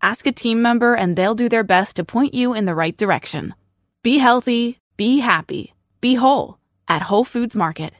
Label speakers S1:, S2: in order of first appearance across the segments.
S1: Ask a team member and they'll do their best to point you in the right direction. Be healthy, be happy, be whole at Whole Foods Market.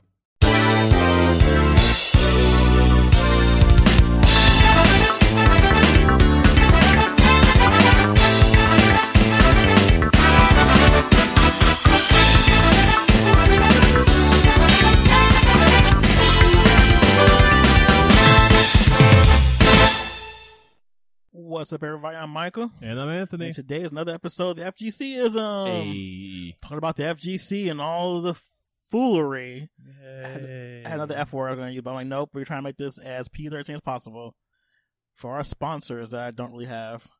S2: What's up, everybody? I'm Michael.
S3: And I'm Anthony. Um,
S2: And today is another episode of the FGCism.
S3: Hey.
S2: um, Talking about the FGC and all the foolery.
S3: Hey.
S2: I had another F word I was going to use, but I'm like, nope, we're trying to make this as P13 as possible for our sponsors that I don't really have.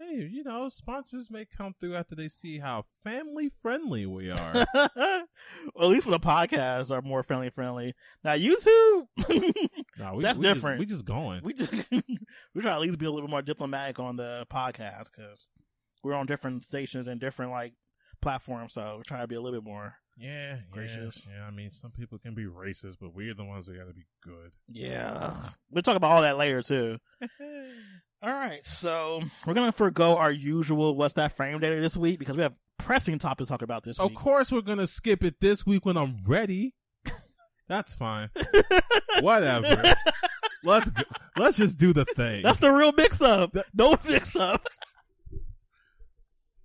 S3: Hey, you know, sponsors may come through after they see how family friendly we are.
S2: well, at least for the podcasts are more friendly friendly. Now, YouTube,
S3: Nah, we,
S2: That's
S3: we just-
S2: different.
S3: we just going.
S2: we just, we try to at least be a little bit more diplomatic on the podcast because we're on different stations and different, like, platforms, so we try to be a little bit more.
S3: yeah, yeah,
S2: Gracious.
S3: Yeah, I mean, some people can be racist, but we're the ones that got to be good.
S2: Yeah. We'll talk about all that later too. All right. So we're gonna forego our usual what's that frame data this week because we have pressing topics to talk about this
S3: Of
S2: week.
S3: course, we're gonna skip it this week when I'm ready. That's fine. Whatever. Let's go, let's just do the thing.
S2: That's the real mix up. No mix up.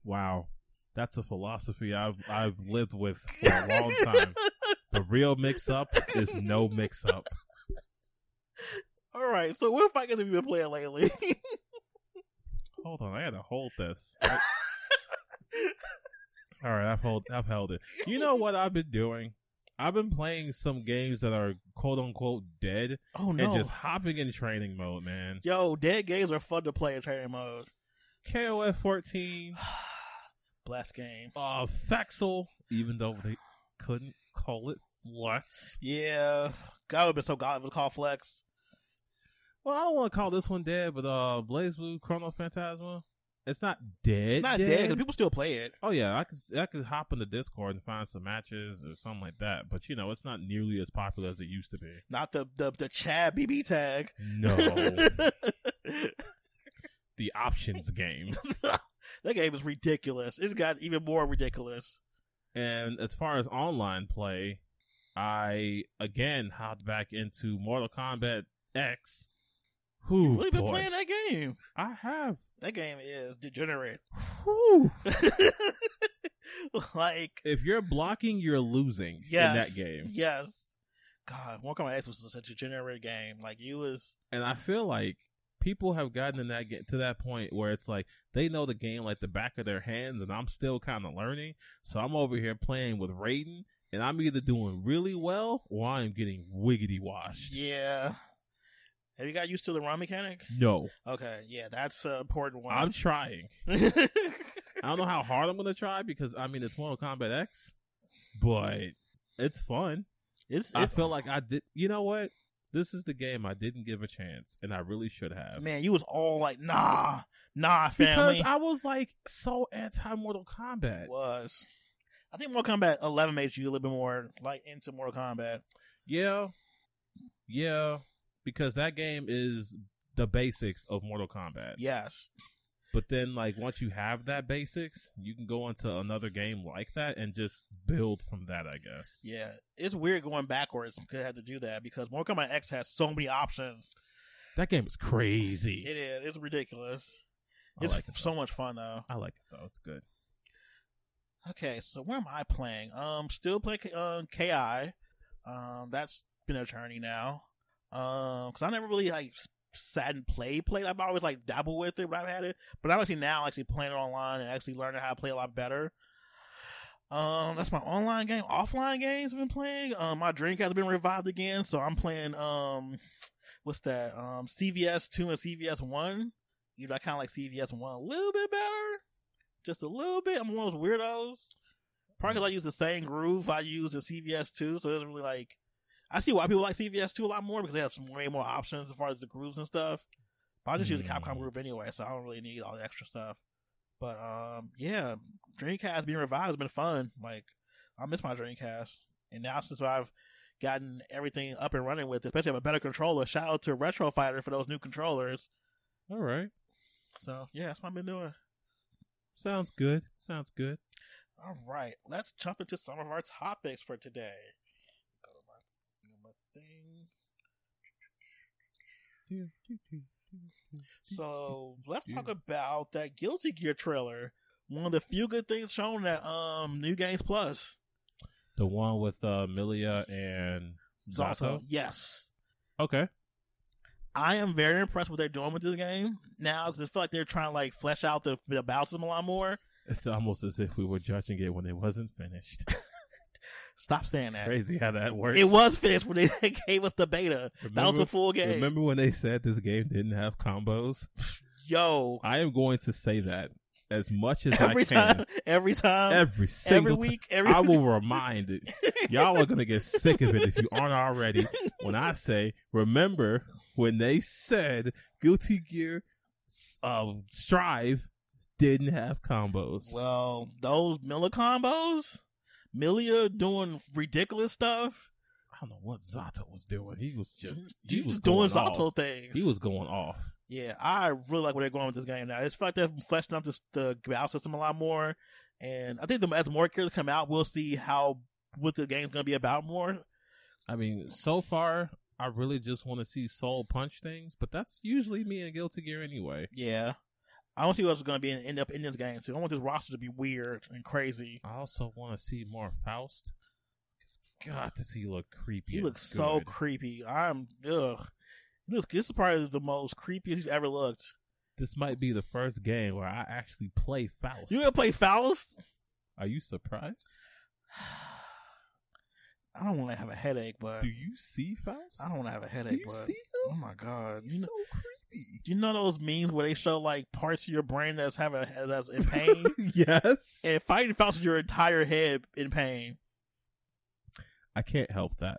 S3: wow, that's a philosophy I've I've lived with for a long time. The real mix up is no mix up.
S2: All right. So what fight games have you been playing lately?
S3: Hold on, I gotta hold this. I- All right, I've hold, I've held it. You know what I've been doing? I've been playing some games that are quote unquote dead
S2: oh
S3: and
S2: no.
S3: just hopping in training mode, man.
S2: Yo, dead games are fun to play in training mode.
S3: KOF 14,
S2: Blast game.
S3: uh, Fexel, even though they couldn't call it Flex.
S2: Yeah. God would have been so god with call flex.
S3: Well, I don't want to call this one dead, but uh, Blaze Blue Chrono Phantasma, it's not dead.
S2: It's not dead because people still play it.
S3: Oh yeah, I could I could hop in the Discord and find some matches or something like that. But you know, it's not nearly as popular as it used to be.
S2: Not the the, the Chad BB tag.
S3: No, the options game.
S2: that game is ridiculous. It's got even more ridiculous.
S3: And as far as online play, I again hopped back into Mortal Kombat X. Who
S2: Really been playing that game.
S3: I have.
S2: That game is degenerate.
S3: Whew.
S2: like
S3: If you're blocking, you're losing
S2: yes,
S3: in that game.
S2: Yes. God, Mortal Kombat X was such a degenerate game. Like you was
S3: and I feel like people have gotten in that get to that point where it's like they know the game like the back of their hands, and I'm still kind of learning. So I'm over here playing with Raiden, and I'm either doing really well or I'm getting wiggity washed.
S2: yeah. Have you got used to the run mechanic?
S3: No,
S2: Okay, yeah, that's an important one.
S3: I'm trying.
S2: yeah,
S3: I don't know how hard I'm gonna try because I mean it's Mortal Kombat X, but it's fun. It's, I feel like I did. You know what? This is the game I didn't give a chance, and I really should have.
S2: man, you was all like, nah, nah,
S3: Because
S2: family.
S3: I was like so anti Mortal Kombat.
S2: was. I think Mortal Kombat 11 made you a little bit more like into Mortal Kombat.
S3: Yeah. Yeah. Because that game is the basics of Mortal Kombat.
S2: Yes,
S3: But then like once you have that basics, you can go into another game like that and just build from that, I guess.
S2: yeah, it's weird going backwards. Could have to do that because Mortal Kombat X has so many options.
S3: That game is crazy.
S2: It is. It's ridiculous.
S3: I
S2: It's
S3: like it.
S2: so much fun though.
S3: I like it though. It's good.
S2: Okay, so where am I playing? Um, still play K- um Ki. Um, that's been a journey now. Um, because I never really like s- sat and played played. I've always like dabbled with it, but I've had it. But I'm actually now actually playing it online and actually learning how to play a lot better. Um, that's my online game. Offline games I've been playing. Um, my drink has been revived again, so I'm playing um, what's that? Um, CVS two and CVS one. Even I kind of like CVS one a little bit better. just a little bit. I'm one of those weirdos. Probably because I use the same groove I use in CVS too, so it doesn't really like. I see why people like CVS too a lot more because they have some way more options as far as the grooves and stuff. But I just use the
S3: Mm.
S2: Capcom groove anyway, so I don't really need all the extra stuff. But um, yeah, Dreamcast being revived has been fun. Like I miss my Dreamcast, and now since I've gotten everything up and running with, especially have a better controller. Shout out to Retro Fighter for those new controllers.
S3: All right.
S2: So yeah, that's what I've been doing.
S3: Sounds good. Sounds good.
S2: All right, let's jump into some of our topics for today. Go to my, my thing. So let's talk about that Guilty Gear trailer. One of the few good things shown at um New Games Plus.
S3: The one with uh Milia and
S2: It's also
S3: Zato?
S2: yes,
S3: Okay.
S2: I am very impressed with what they're doing with this game now because I feel like they're trying to like flesh out the, the battle system a lot more.
S3: It's almost as if we were judging it when it wasn't finished.
S2: Stop saying that.
S3: Crazy how that works.
S2: It was finished when they gave us the beta. that was the full game.
S3: Remember when they said this game didn't have combos?
S2: Yo,
S3: I am going to say that as much as
S2: every
S3: I can.
S2: time, every time, every,
S3: every single ti-
S2: week, every
S3: I will remind it. Y'all are gonna get sick of it if you aren't already. When I say, remember when they said Guilty Gear, um, Strive didn't have combos.
S2: Well, those Miller combos, Milia doing ridiculous stuff.
S3: I don't know what Zato was doing. He was just he
S2: You
S3: was
S2: just doing
S3: going
S2: Zato
S3: Off.
S2: things.
S3: He was going off.
S2: yeah, I really like where they're going with this game now. It's like they're fleshing out this, the battle system a lot more, and I think the, as more characters come out, we'll see how what the game's gonna be about more.
S3: I mean, so far, I really just want to see Soul punch things, but that's usually me and Guilty Gear anyway.
S2: Yeah, I don't see what's gonna be in, end up in this game. So I want this roster to be weird and crazy.
S3: I also want to see more Faust. 'Cause God, does he look creepy?
S2: He
S3: and
S2: looks so
S3: good.
S2: creepy. I'm ugh. This this is probably the most creepiest he's ever looked.
S3: This might be the first game where I actually play Faust.
S2: You gonna play Faust?
S3: Are you surprised?
S2: I don't want to have a headache, but
S3: Do you see Faust?
S2: I don't want to have a
S3: Do
S2: headache,
S3: you
S2: but
S3: see
S2: oh
S3: him?
S2: my god,
S3: He's
S2: you know,
S3: so creepy.
S2: do you know those memes where they show like parts of your brain that's having that's in pain,
S3: yes.
S2: and fighting Faust is your entire head in pain.
S3: I can't help that.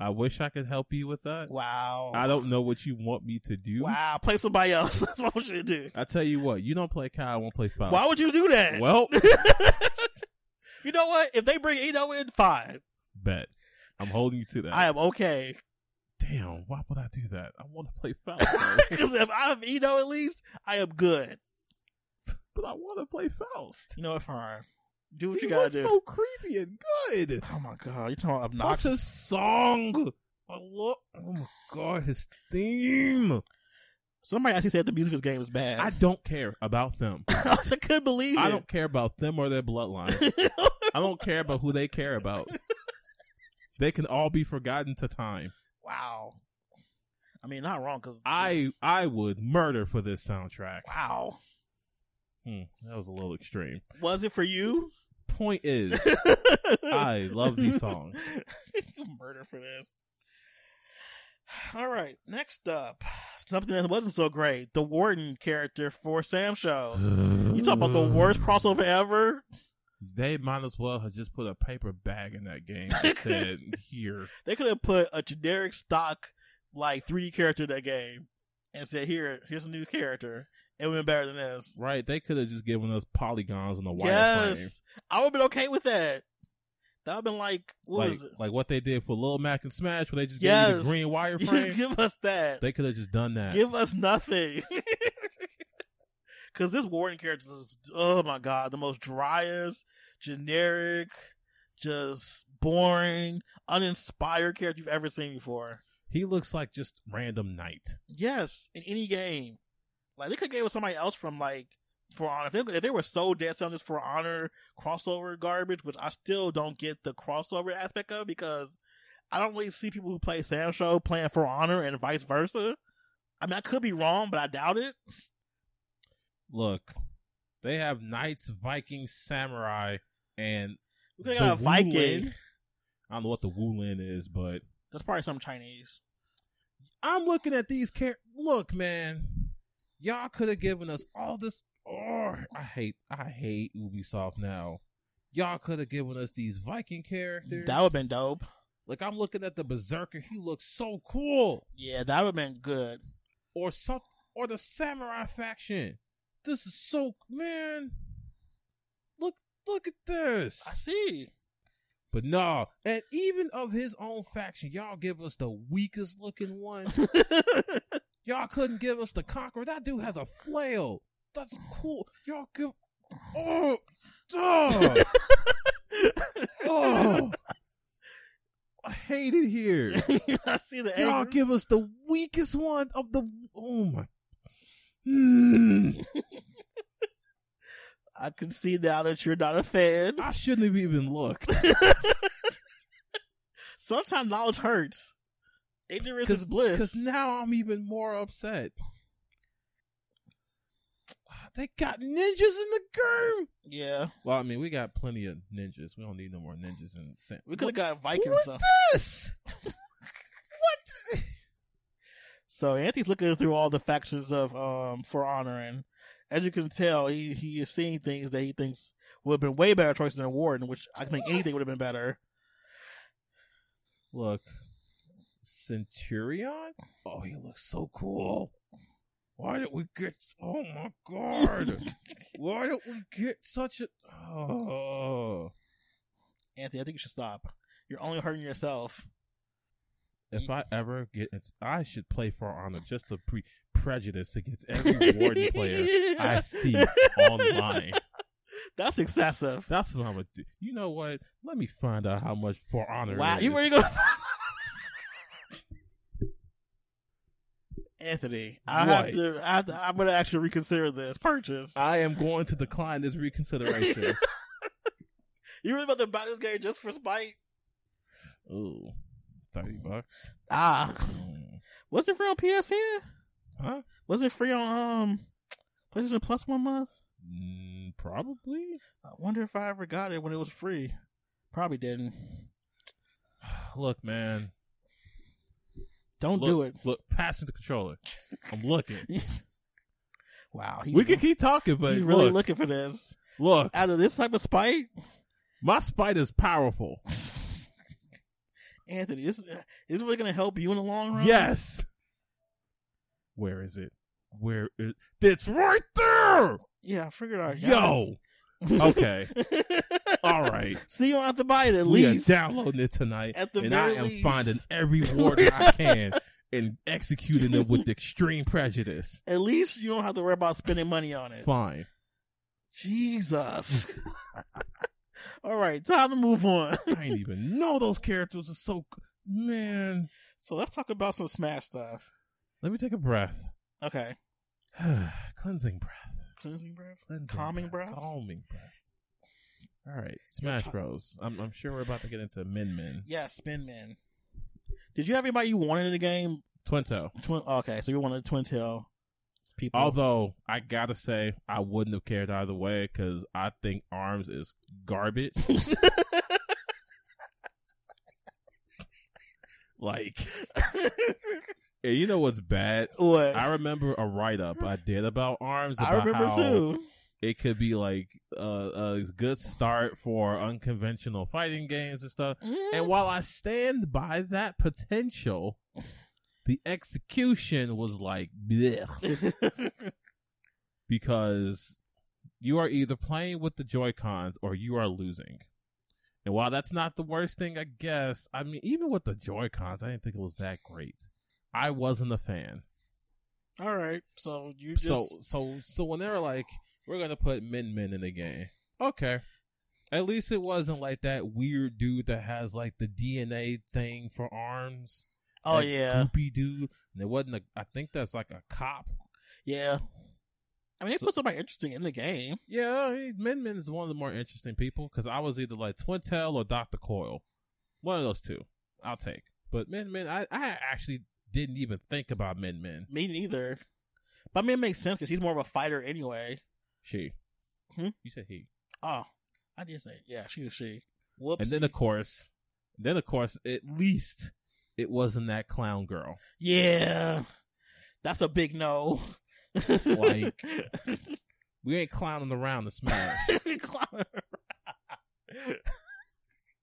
S3: I wish I could help you with that.
S2: Wow,
S3: I don't know what you want me to do.
S2: wow, play somebody else. that's what I want you to do.
S3: I tell you what, you don't play Kyle, I won't play Faust.
S2: Why would you do that?
S3: well,
S2: you know what? If they bring Eno in, fine.
S3: bet. I'm holding you to that.
S2: I am okay.
S3: Damn, why would I do that? I want to play Faust, though.
S2: Because if I have Eno at least, I am good.
S3: but I want to play Faust.
S2: You know what? Fine. Do what
S3: he
S2: you gotta
S3: looks
S2: do.
S3: so creepy and good.
S2: oh my god, you're talking about
S3: What's
S2: obnoxious.
S3: his song? I lo- oh my god, his theme.
S2: Somebody actually said the music of this game is bad.
S3: I don't care about them.
S2: I couldn't believe it.
S3: I don't care about them or their bloodline. I don't care about who they care about. They can all be forgotten to time.
S2: wow. I mean, not wrong because
S3: I I would murder for this soundtrack.
S2: wow.
S3: Hmm, that was a little extreme.
S2: Was it for you?
S3: Point is, I love these songs.
S2: You Murder for this. All right, next up, something that wasn't so great: the Warden character for Sam Show. You
S3: You
S2: talk about the worst crossover ever.
S3: They might as well have just put a paper bag in that game that said here.
S2: They could have put a generic stock like 3D character in that game and said, "Here, here's a new character." It would have been better than this.
S3: Right? They could have just given us polygons on the wireframe.
S2: Yes, I would have been okay with that. That would have been like, what
S3: like,
S2: was it?
S3: like what they did for Lil Mac and Smash, where they just gave you
S2: Yes.
S3: the green wireframe.
S2: give us that.
S3: they could have just done that.
S2: give us nothing. Because this Warden character is, oh my god, the most driest, generic, just boring, uninspired character you've ever seen before.
S3: he looks like just random knight.
S2: Yes, in any game. Like they could give it somebody else from like For Honor. If they, if they were so dead set on this For Honor crossover garbage, which I still don't get the crossover aspect of because I don't really see people who play Sam Show playing For Honor and vice versa. I mean, I could be wrong, but I doubt it.
S3: Look, they have knights, Vikings, samurai, and
S2: We could
S3: the
S2: have got a Viking.
S3: Wulin. I don't know what the Wulin is, but
S2: That's probably some Chinese.
S3: I'm looking at these characters. Look, man, y'all could have given us all this Oh, I hate I hate Ubisoft now. Y'all could have given us these Viking characters.
S2: That would have been dope.
S3: like I'm looking at the Berserker. He looks so cool.
S2: Yeah, that would have been good.
S3: Or some or the Samurai faction. This is so man. Look look at this.
S2: I see.
S3: But nah, and even of his own faction, y'all give us the weakest looking one. y'all couldn't give us the conqueror. That dude has a flail. That's cool. Y'all give oh, duh. oh. I hate it here.
S2: I see the
S3: Y'all
S2: anger.
S3: give us the weakest one of the. Oh my. Hmm.
S2: I can see now that you're not a fan.
S3: I shouldn't have even looked.
S2: Sometimes knowledge hurts. Ignorance
S3: Cause-
S2: is
S3: Because
S2: bliss.
S3: now I'm even more upset. They got ninjas in the game.
S2: Yeah,
S3: Well, I mean, we got plenty of ninjas. We don't need no more ninjas in San.
S2: we could have got
S3: What
S2: Vikings.
S3: was
S2: So.
S3: this? what?
S2: so Anthony's looking through all the factions of um For Honor, and as you can tell, he he is seeing things that he thinks would have been way better choices than Warden, which I think anything would have been better.
S3: Look, Centurion. Oh, he looks so cool. Why did we get? Oh my god! Why did we get such a? Oh.
S2: Anthony, I think you should stop. You're only hurting yourself.
S3: If I ever get, I should play for honor just to pre prejudice against every warden player I see online.
S2: That's excessive.
S3: That's what I'm gonna do. You know what? Let me find out how much for honor.
S2: Wow,
S3: is.
S2: you really gonna? Anthony, I
S3: What?
S2: have to, I have to. I'm gonna actually reconsider this purchase.
S3: I am going to decline this reconsideration.
S2: you really about to buy this game just for spite?
S3: Ooh, thirty bucks.
S2: Ah,
S3: Mm.
S2: was it free on PSN?
S3: Huh?
S2: Was it free on um PlayStation Plus one month?
S3: Mm, probably.
S2: I wonder if I ever got it when it was free. Probably didn't.
S3: Look, man.
S2: Don't
S3: look,
S2: do it.
S3: Look, pass me the controller. I'm looking.
S2: wow, he,
S3: we can keep talking, but
S2: he's really
S3: look,
S2: looking for this.
S3: look,
S2: After this type of spite,
S3: my spite is powerful.
S2: Anthony, this is this really gonna help you in the long run.
S3: Yes. Where is it? Where is it's right there?
S2: yeah, I figured Oh, I got
S3: Yo.
S2: it.
S3: Okay. All right.
S2: So you don't have to buy it at
S3: we
S2: least.
S3: are downloading it tonight,
S2: At the
S3: and I
S2: very
S3: am
S2: least.
S3: finding every warden I can and executing them with extreme prejudice.
S2: At least you don't have to worry about spending money on it.
S3: Fine.
S2: Jesus. All right, time to move on.
S3: I didn't even know those characters are so. c- Man,
S2: So let's talk about some Smash stuff.
S3: let me take a breath.
S2: Okay.
S3: Cleansing breath.
S2: Cleansing breath?
S3: Cleansing
S2: Calming breath?
S3: Calming breath. All right, Smash
S2: ti-
S3: Bros. I'm, I'm sure we're about to get into Min Min.
S2: Yeah, Spin Man. Did you have anybody you wanted in the game?
S3: Twinto.
S2: Twin. Okay, so you wanted Twin Tail people.
S3: Although I gotta say, I wouldn't have cared either way because I think Arms is garbage. like, and you know what's bad?
S2: what?
S3: I remember a write up I did about Arms. About
S2: I remember
S3: how
S2: too.
S3: It could be like a, a good start for unconventional fighting games and stuff. And while I stand by that potential, the execution was like, blech. because you are either playing with the Joy Cons or you are losing. And while that's not the worst thing, I guess, I mean, even with the Joy Cons, I didn't think it was that great. I wasn't a fan.
S2: All right, so you just
S3: So, so, so when they were like, we're going to put Min Min in the game, okay. At least it wasn't like that weird dude that has like the DNA thing for arms.
S2: oh
S3: that
S2: yeah,
S3: Goopy dude. And it wasn't a, I think that's like a cop.
S2: yeah. I mean, they
S3: So-
S2: put somebody interesting in the game.
S3: Yeah, I mean, Min Min is one of the more interesting people because I was either like Twin Tail or Dr. Coil. One of those two. I'll take. But Min Min, I, I actually didn't even think about Min Min.
S2: Me neither. But I mean, it makes sense because he's more of a fighter anyway.
S3: She.
S2: Hmm?
S3: You said he.
S2: Oh, I did say yeah. She was she. Whoops.
S3: And then, of course, then, of course, at least it wasn't that clown girl.
S2: yeah, that's a big no.
S3: Like- We ain't clowning around to Smash.
S2: Clown around.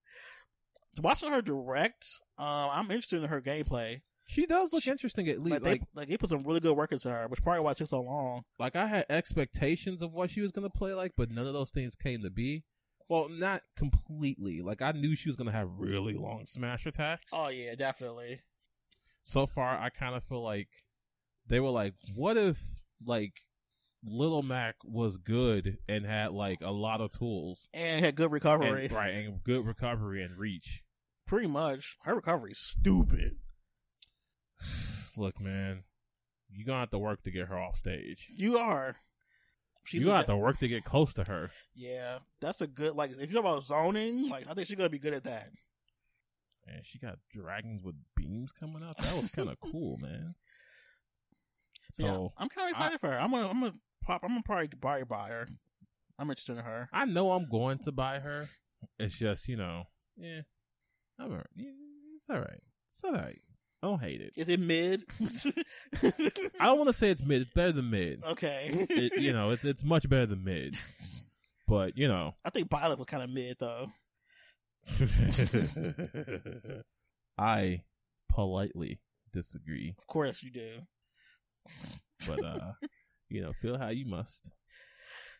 S2: Watching her direct, um, I'm interested in her gameplay.
S3: she does look interesting at
S2: Like,
S3: least. Like,
S2: they, like they put some really good work into her, which is probably why it took so long.
S3: like I had expectations of what she was gonna play like, but none of those things came to be. Well, not completely. Like I knew she was gonna have really long smash attacks.
S2: Oh yeah, definitely.
S3: So far, I kind of feel like they were like, "What if like Little Mac was good and had like a lot of tools,
S2: And had good
S3: and-
S2: recovery.
S3: right, and good recovery and reach?"
S2: Pretty much, her recovery's stupid.
S3: Look, man, you gonna have to work to get her off stage.
S2: You are. She's a-
S3: you gonna have to work to get close to her.
S2: Yeah, that's a good. Like, if you're about zoning, like I think she's gonna be good at that.
S3: Man, she got dragons with beams coming out. That was kind of cool, man. So
S2: yeah, I'm kind of excited for her. I'm gonna, I'm gonna pop. I'm gonna probably buy buy her. I'm interested in her.
S3: I know I'm going to buy her. It's just you know, yeah, I'm all right. Yeah, it's all right. It's all right. I don't hate it.
S2: Is it mid?
S3: I don't want to say it's mid. It's better than mid.
S2: okay.
S3: It, you know, it's it's much better than mid. But you know,
S2: I think Violet was kind of mid though.
S3: I politely disagree.
S2: Of course you do.
S3: But uh, you know, feel how you must.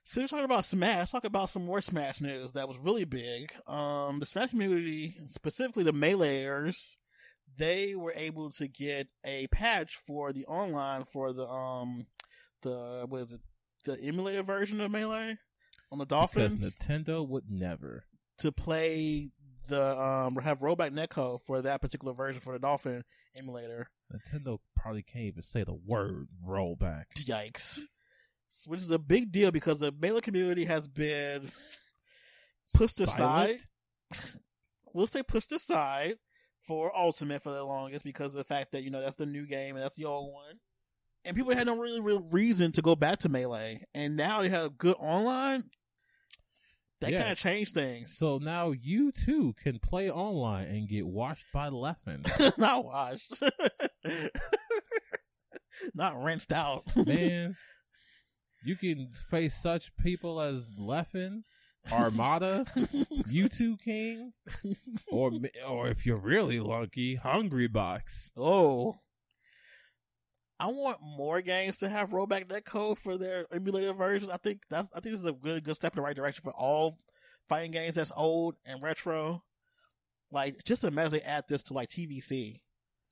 S2: So we're talking about Smash. Talk about some more Smash news that was really big. Um, the Smash community, specifically the Meleeers, they were able to get a patch for the online for the um the what is it the emulator version of Melee on the
S3: Because
S2: Dolphin
S3: Nintendo would never.
S2: to play the um have rollback netcode for that particular version for the Dolphin emulator.
S3: Nintendo probably can't even say the word rollback.
S2: Yikes. Which is a big deal because the Melee community has been pushed aside. We'll say pushed aside for Ultimate for the longest because of the fact that, you know, that's the new game and that's the old one. And people had no really real reason to go back to Melee. And now they have good online. That kind of
S3: Yes.
S2: changed things.
S3: So now you too can play online and get washed by laughing.
S2: Not washed. Not rinsed out.
S3: Man, you can face such people as Leffen, Armada, U2 King, or or if you're really lucky, Hungry Box.
S2: Oh. I want more games to have rollback that code for their emulator versions. I think that's I think this is a good good step in the right direction for all fighting games that's old and retro. Like just imagine they add this to like TVC.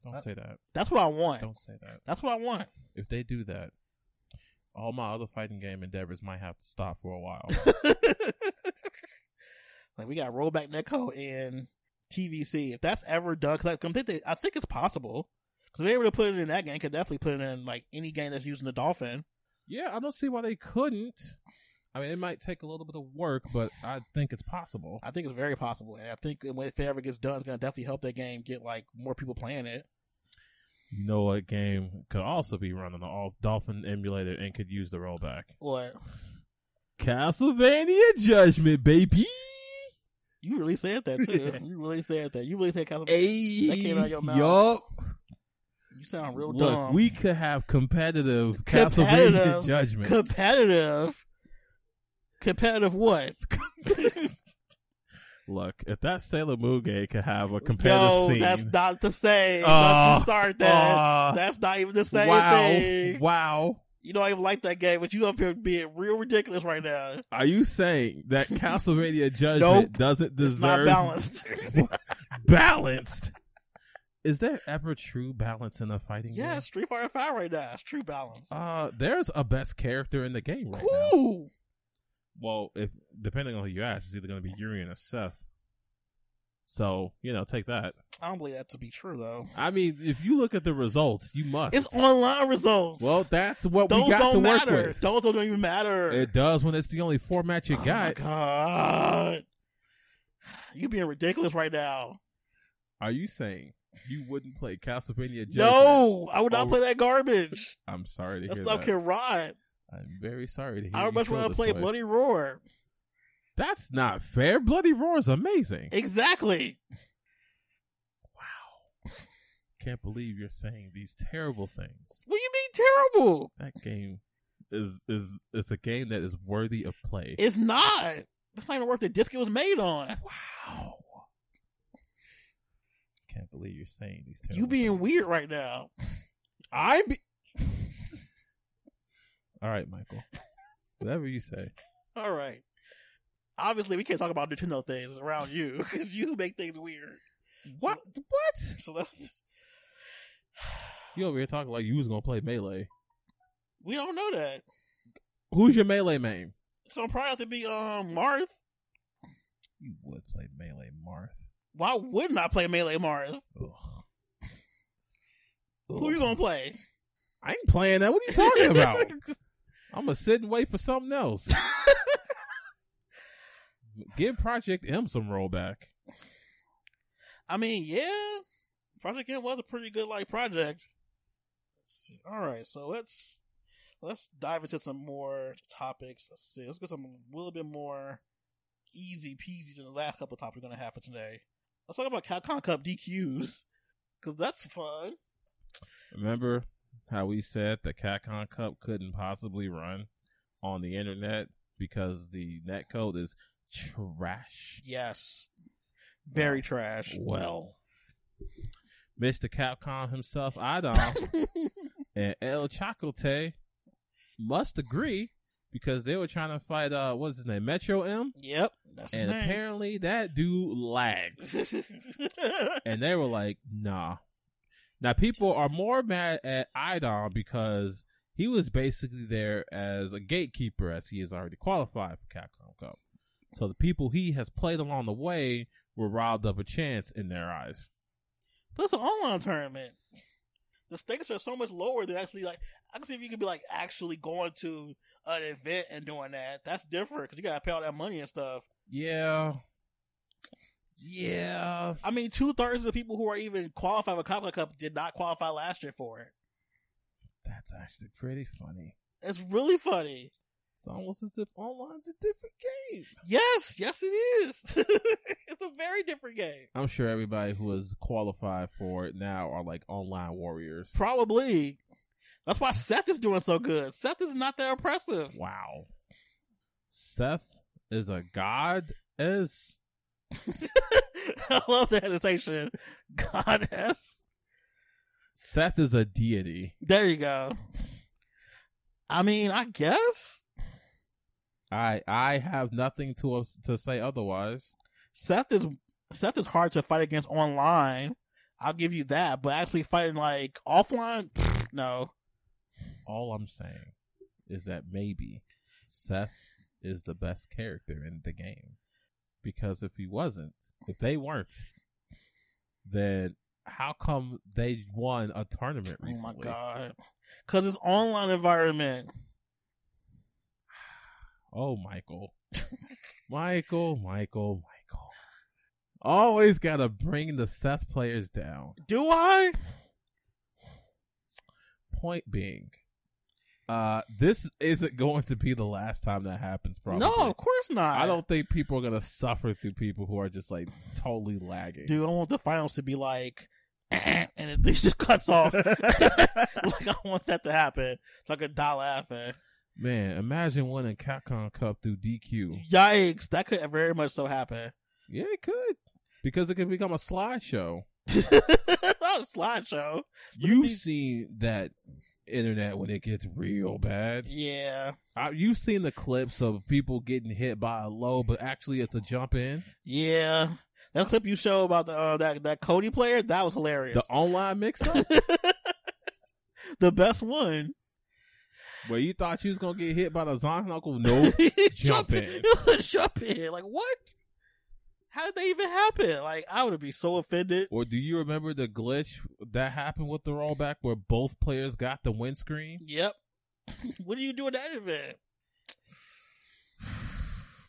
S3: Don't say that.
S2: That's what I want.
S3: Don't say that.
S2: That's what I want.
S3: If they do that, all my other fighting game endeavors might have to stop for a while.
S2: like we got rollback netcode in TVC. If that's ever done, because I, I think they, I think it's possible. Because they're able to put it in that game, could definitely put it in like any game that's using the dolphin.
S3: Yeah, I don't see why they couldn't. I mean, it might take a little bit of work, but I think it's possible.
S2: I think it's very possible, and I think when if it ever gets done, it's gonna definitely help that game get like more people playing it.
S3: You know what game could also be running off Dolphin emulator and could use the rollback?
S2: What
S3: Castlevania Judgment, baby.
S2: you really said that too? you really said that? You really said kind of?
S3: Hey,
S2: That came out your mouth.
S3: yup.
S2: You sound real
S3: Look,
S2: dumb.
S3: we could have competitive,
S2: Competitive.
S3: Castlevania Judgment.
S2: competitive, competitive what?
S3: Look, if that Sailor Moon game could have a competitive
S2: no,
S3: scene,
S2: that's not the same. Don't
S3: Oh,
S2: you start that.
S3: uh,
S2: that's not even the same
S3: wow,
S2: thing.
S3: wow.
S2: You don't even like that game, but you up here being real ridiculous right now.
S3: Are you saying that Castlevania Judgment
S2: Nope.
S3: doesn't
S2: It's not
S3: deserve
S2: balanced.
S3: balanced. Is there ever true balance in a fighting
S2: yeah,
S3: game?
S2: Street Fighter Five right now. It's true balance.
S3: Uh, there's a best character in the game right now.
S2: Cool.
S3: Well, if depending on who you ask, it's either going to be Urian or Seth. So you know, take that.
S2: I don't believe that to be true though.
S3: I mean, if you look at the results, you must.
S2: It's online results.
S3: well, that's what
S2: those
S3: we got to
S2: don't
S3: work
S2: matter.
S3: with.
S2: Those don't even matter.
S3: It does when it's the only format you
S2: Oh my
S3: got.
S2: God, you being ridiculous right now.
S3: Are you saying you wouldn't play Castlevania? Judgment?
S2: No, I would not
S3: Oh.
S2: play that garbage.
S3: I'm sorry to
S2: That
S3: hear
S2: stuff
S3: that.
S2: can rot.
S3: I'm very sorry to hear.
S2: I
S3: you
S2: would much
S3: feel
S2: rather
S3: this
S2: play
S3: way.
S2: Bloody Roar.
S3: That's not fair. Bloody Roar is amazing.
S2: Exactly.
S3: Can't believe you're saying these terrible things.
S2: What do you mean terrible?
S3: That game is is it's a game that is worthy of play.
S2: It's not. That's not even worth the disc it was made on.
S3: wow. Can't believe you're saying these terrible
S2: You being
S3: things.
S2: weird right now. I be
S3: All right, Michael. Whatever you say.
S2: all right. Obviously, we can't talk about Nintendo things around you because you make things weird.
S3: What?
S2: What? So that's
S3: You over here talking like you was gonna play melee.
S2: we don't know that.
S3: Who's your melee main?
S2: It's gonna probably have to be um Marth.
S3: You would play melee, Marth.
S2: Why wouldn't I play Melee Marth?
S3: Ugh.
S2: Who are you gonna play?
S3: I ain't playing that. What are you talking about? I'm gonna sit and wait for something else. Give Project M some rollback.
S2: I mean, yeah, Project M was a pretty good like project. Let's see. All right, so let's let's dive into some more topics. Let's see. Let's get some a little bit more easy peasy than the last couple topics we're gonna have for today. Let's talk about Capcom Cup DQs because that's fun.
S3: Remember how we said the CatCon Cup couldn't possibly run on the internet because the netcode is trash.
S2: Yes, very trash.
S3: Well, Mr. Capcom himself, Adam, and El Chacote must agree because they were trying to fight. Uh, what's his name? Metro M,
S2: yep, that's
S3: and
S2: the
S3: apparently that dude lags.
S2: name.
S3: and they were like, "Nah." Now people are more mad at Idon because he was basically there as a gatekeeper, as he is already qualified for Capcom Cup. So the people he has played along the way were robbed of a chance in their eyes.
S2: But it's an online tournament. The stakes are so much lower than actually like I can see if you could be like actually going to an event and doing that. That's different because you gotta pay all that money and stuff.
S3: Yeah, yeah.
S2: I mean, two thirds of the people who are even qualified for Copa Cup did not qualify last year for it.
S3: That's actually pretty funny.
S2: It's really funny.
S3: It's almost as if online's a different game.
S2: Yes, yes, it is. it's a very different game.
S3: I'm sure everybody who is qualified for it now are like online warriors.
S2: Probably. That's why Seth is doing so good. Seth is not that impressive.
S3: Wow. Seth is a god is
S2: I love the hesitation. Goddess.
S3: Seth is a deity.
S2: There you go. I mean, I guess
S3: I I have nothing to to say otherwise.
S2: Seth is Seth is hard to fight against online. I'll give you that, but actually fighting like offline, pfft, no. Oh
S3: All I'm saying is that maybe Seth is the best character in the game. Because if he wasn't, if they weren't, then how come they won a tournament recently?
S2: Oh my god, because it's online environment.
S3: Oh, Michael. Michael, Michael, Michael. Always got to bring the Seth players down.
S2: Do I?
S3: Point being, uh, this isn't going to be the last time that happens, probably.
S2: No, of course not.
S3: I don't think people are going to suffer through people who are just like totally lagging.
S2: Dude, I want the finals to be like, and it just cuts off. like I want that to happen. So I could die laughing.
S3: Man, imagine winning Capcom Cup through DQ.
S2: Yikes! That could very much so happen.
S3: Yeah, it could. Because it could become a slideshow.
S2: Not a slideshow.
S3: You've seen that internet when it gets real bad.
S2: Yeah.
S3: I, you've seen the clips of people getting hit by a low, but actually it's a jump in.
S2: Yeah, that clip you show about the uh, that that Cody player that was hilarious.
S3: The online mix up
S2: the best one.
S3: where you thought you was gonna get hit by the zombie uncle. No, Oh, Jump in.
S2: It was a jump in. Like what? How did they even happen? Like I would be so offended.
S3: or do you remember the glitch that happened with the rollback where both players got the windscreen?
S2: Yep. what do you do in that event?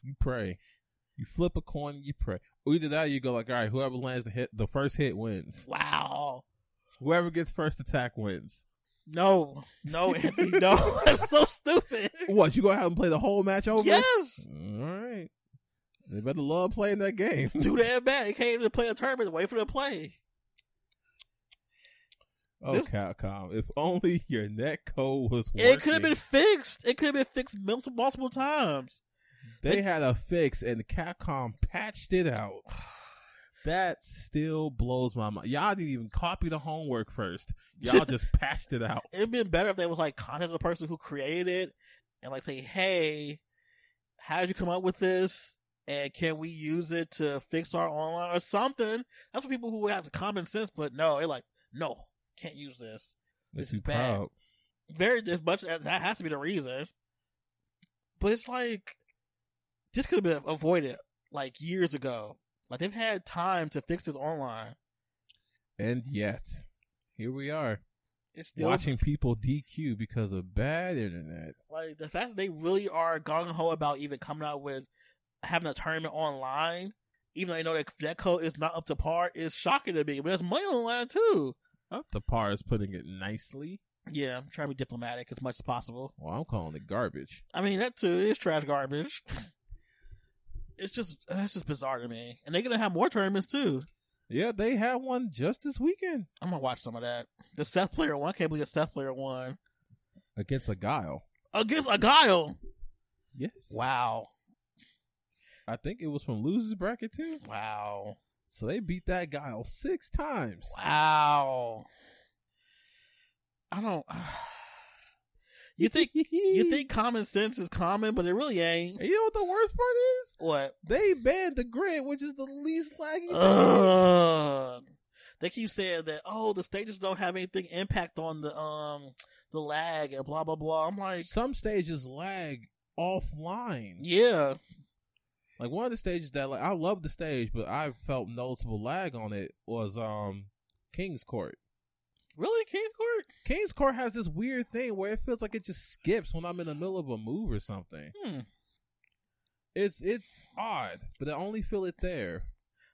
S3: You pray, you flip a coin, and you pray. Or Either that, or you go like, all right, whoever lands the hit, the first hit wins.
S2: Wow.
S3: Whoever gets first attack wins.
S2: No, no, Anthony, no. That's so stupid.
S3: What you gonna have them play the whole match over?
S2: Yes.
S3: All right, they better love playing that game.
S2: It's too damn bad. He came to play a tournament. Wait for the play.
S3: Oh,
S2: This-
S3: Capcom! If only your net code was working.
S2: It could have been fixed. It could have been fixed multiple, multiple times.
S3: They had a fix, and Capcom patched it out. That still blows my mind. Y'all didn't even copy the homework first. Y'all just patched it out.
S2: It'd been better if they was like contact the person who created it and like say, "Hey, how did you come up with this? And can we use it to fix our online or something?" That's for people who have common sense, but no, they're like, "No, can't use this." This
S3: They're
S2: is
S3: too
S2: bad. Very as much as that has to be the reason, but it's like this could have been avoided like years ago. Like they've had time to fix this online.
S3: And yet, here we are
S2: It's still
S3: watching people DQ because of bad internet.
S2: like the fact that they really are gung ho about even coming out with having a tournament online, even though they know that that code is not up to par, is shocking to me. But there's money on the line too.
S3: Up to par is putting it nicely.
S2: Yeah, I'm trying to be diplomatic as much as possible.
S3: Well, I'm calling it garbage.
S2: I mean, that too is trash garbage. it's just that's just bizarre to me. And they're gonna have more tournaments too.
S3: Yeah, they had one just this weekend
S2: I'm gonna watch some of that. The Seth player one, I can't believe the Seth player one
S3: against a guile.
S2: against a guile.
S3: Yes.
S2: Wow,
S3: I think it was from losers bracket too.
S2: wow,
S3: So they beat that guile six times.
S2: wow. I don't. You think You think common sense is common, but it really ain't.
S3: And you know what the worst part is?
S2: What?
S3: They banned the grid, which is the least laggy. stage.
S2: Ugh. They keep saying that oh the stages don't have anything impact on the um the lag and blah blah blah. I'm like
S3: Some stages lag offline.
S2: yeah
S3: Like one of the stages that like I love the stage, but I felt noticeable lag on it was um King's Court.
S2: really King's Court
S3: King's Court has this weird thing where it feels like it just skips when I'm in the middle of a move or something.
S2: hmm
S3: It's it's odd, but I only feel it there.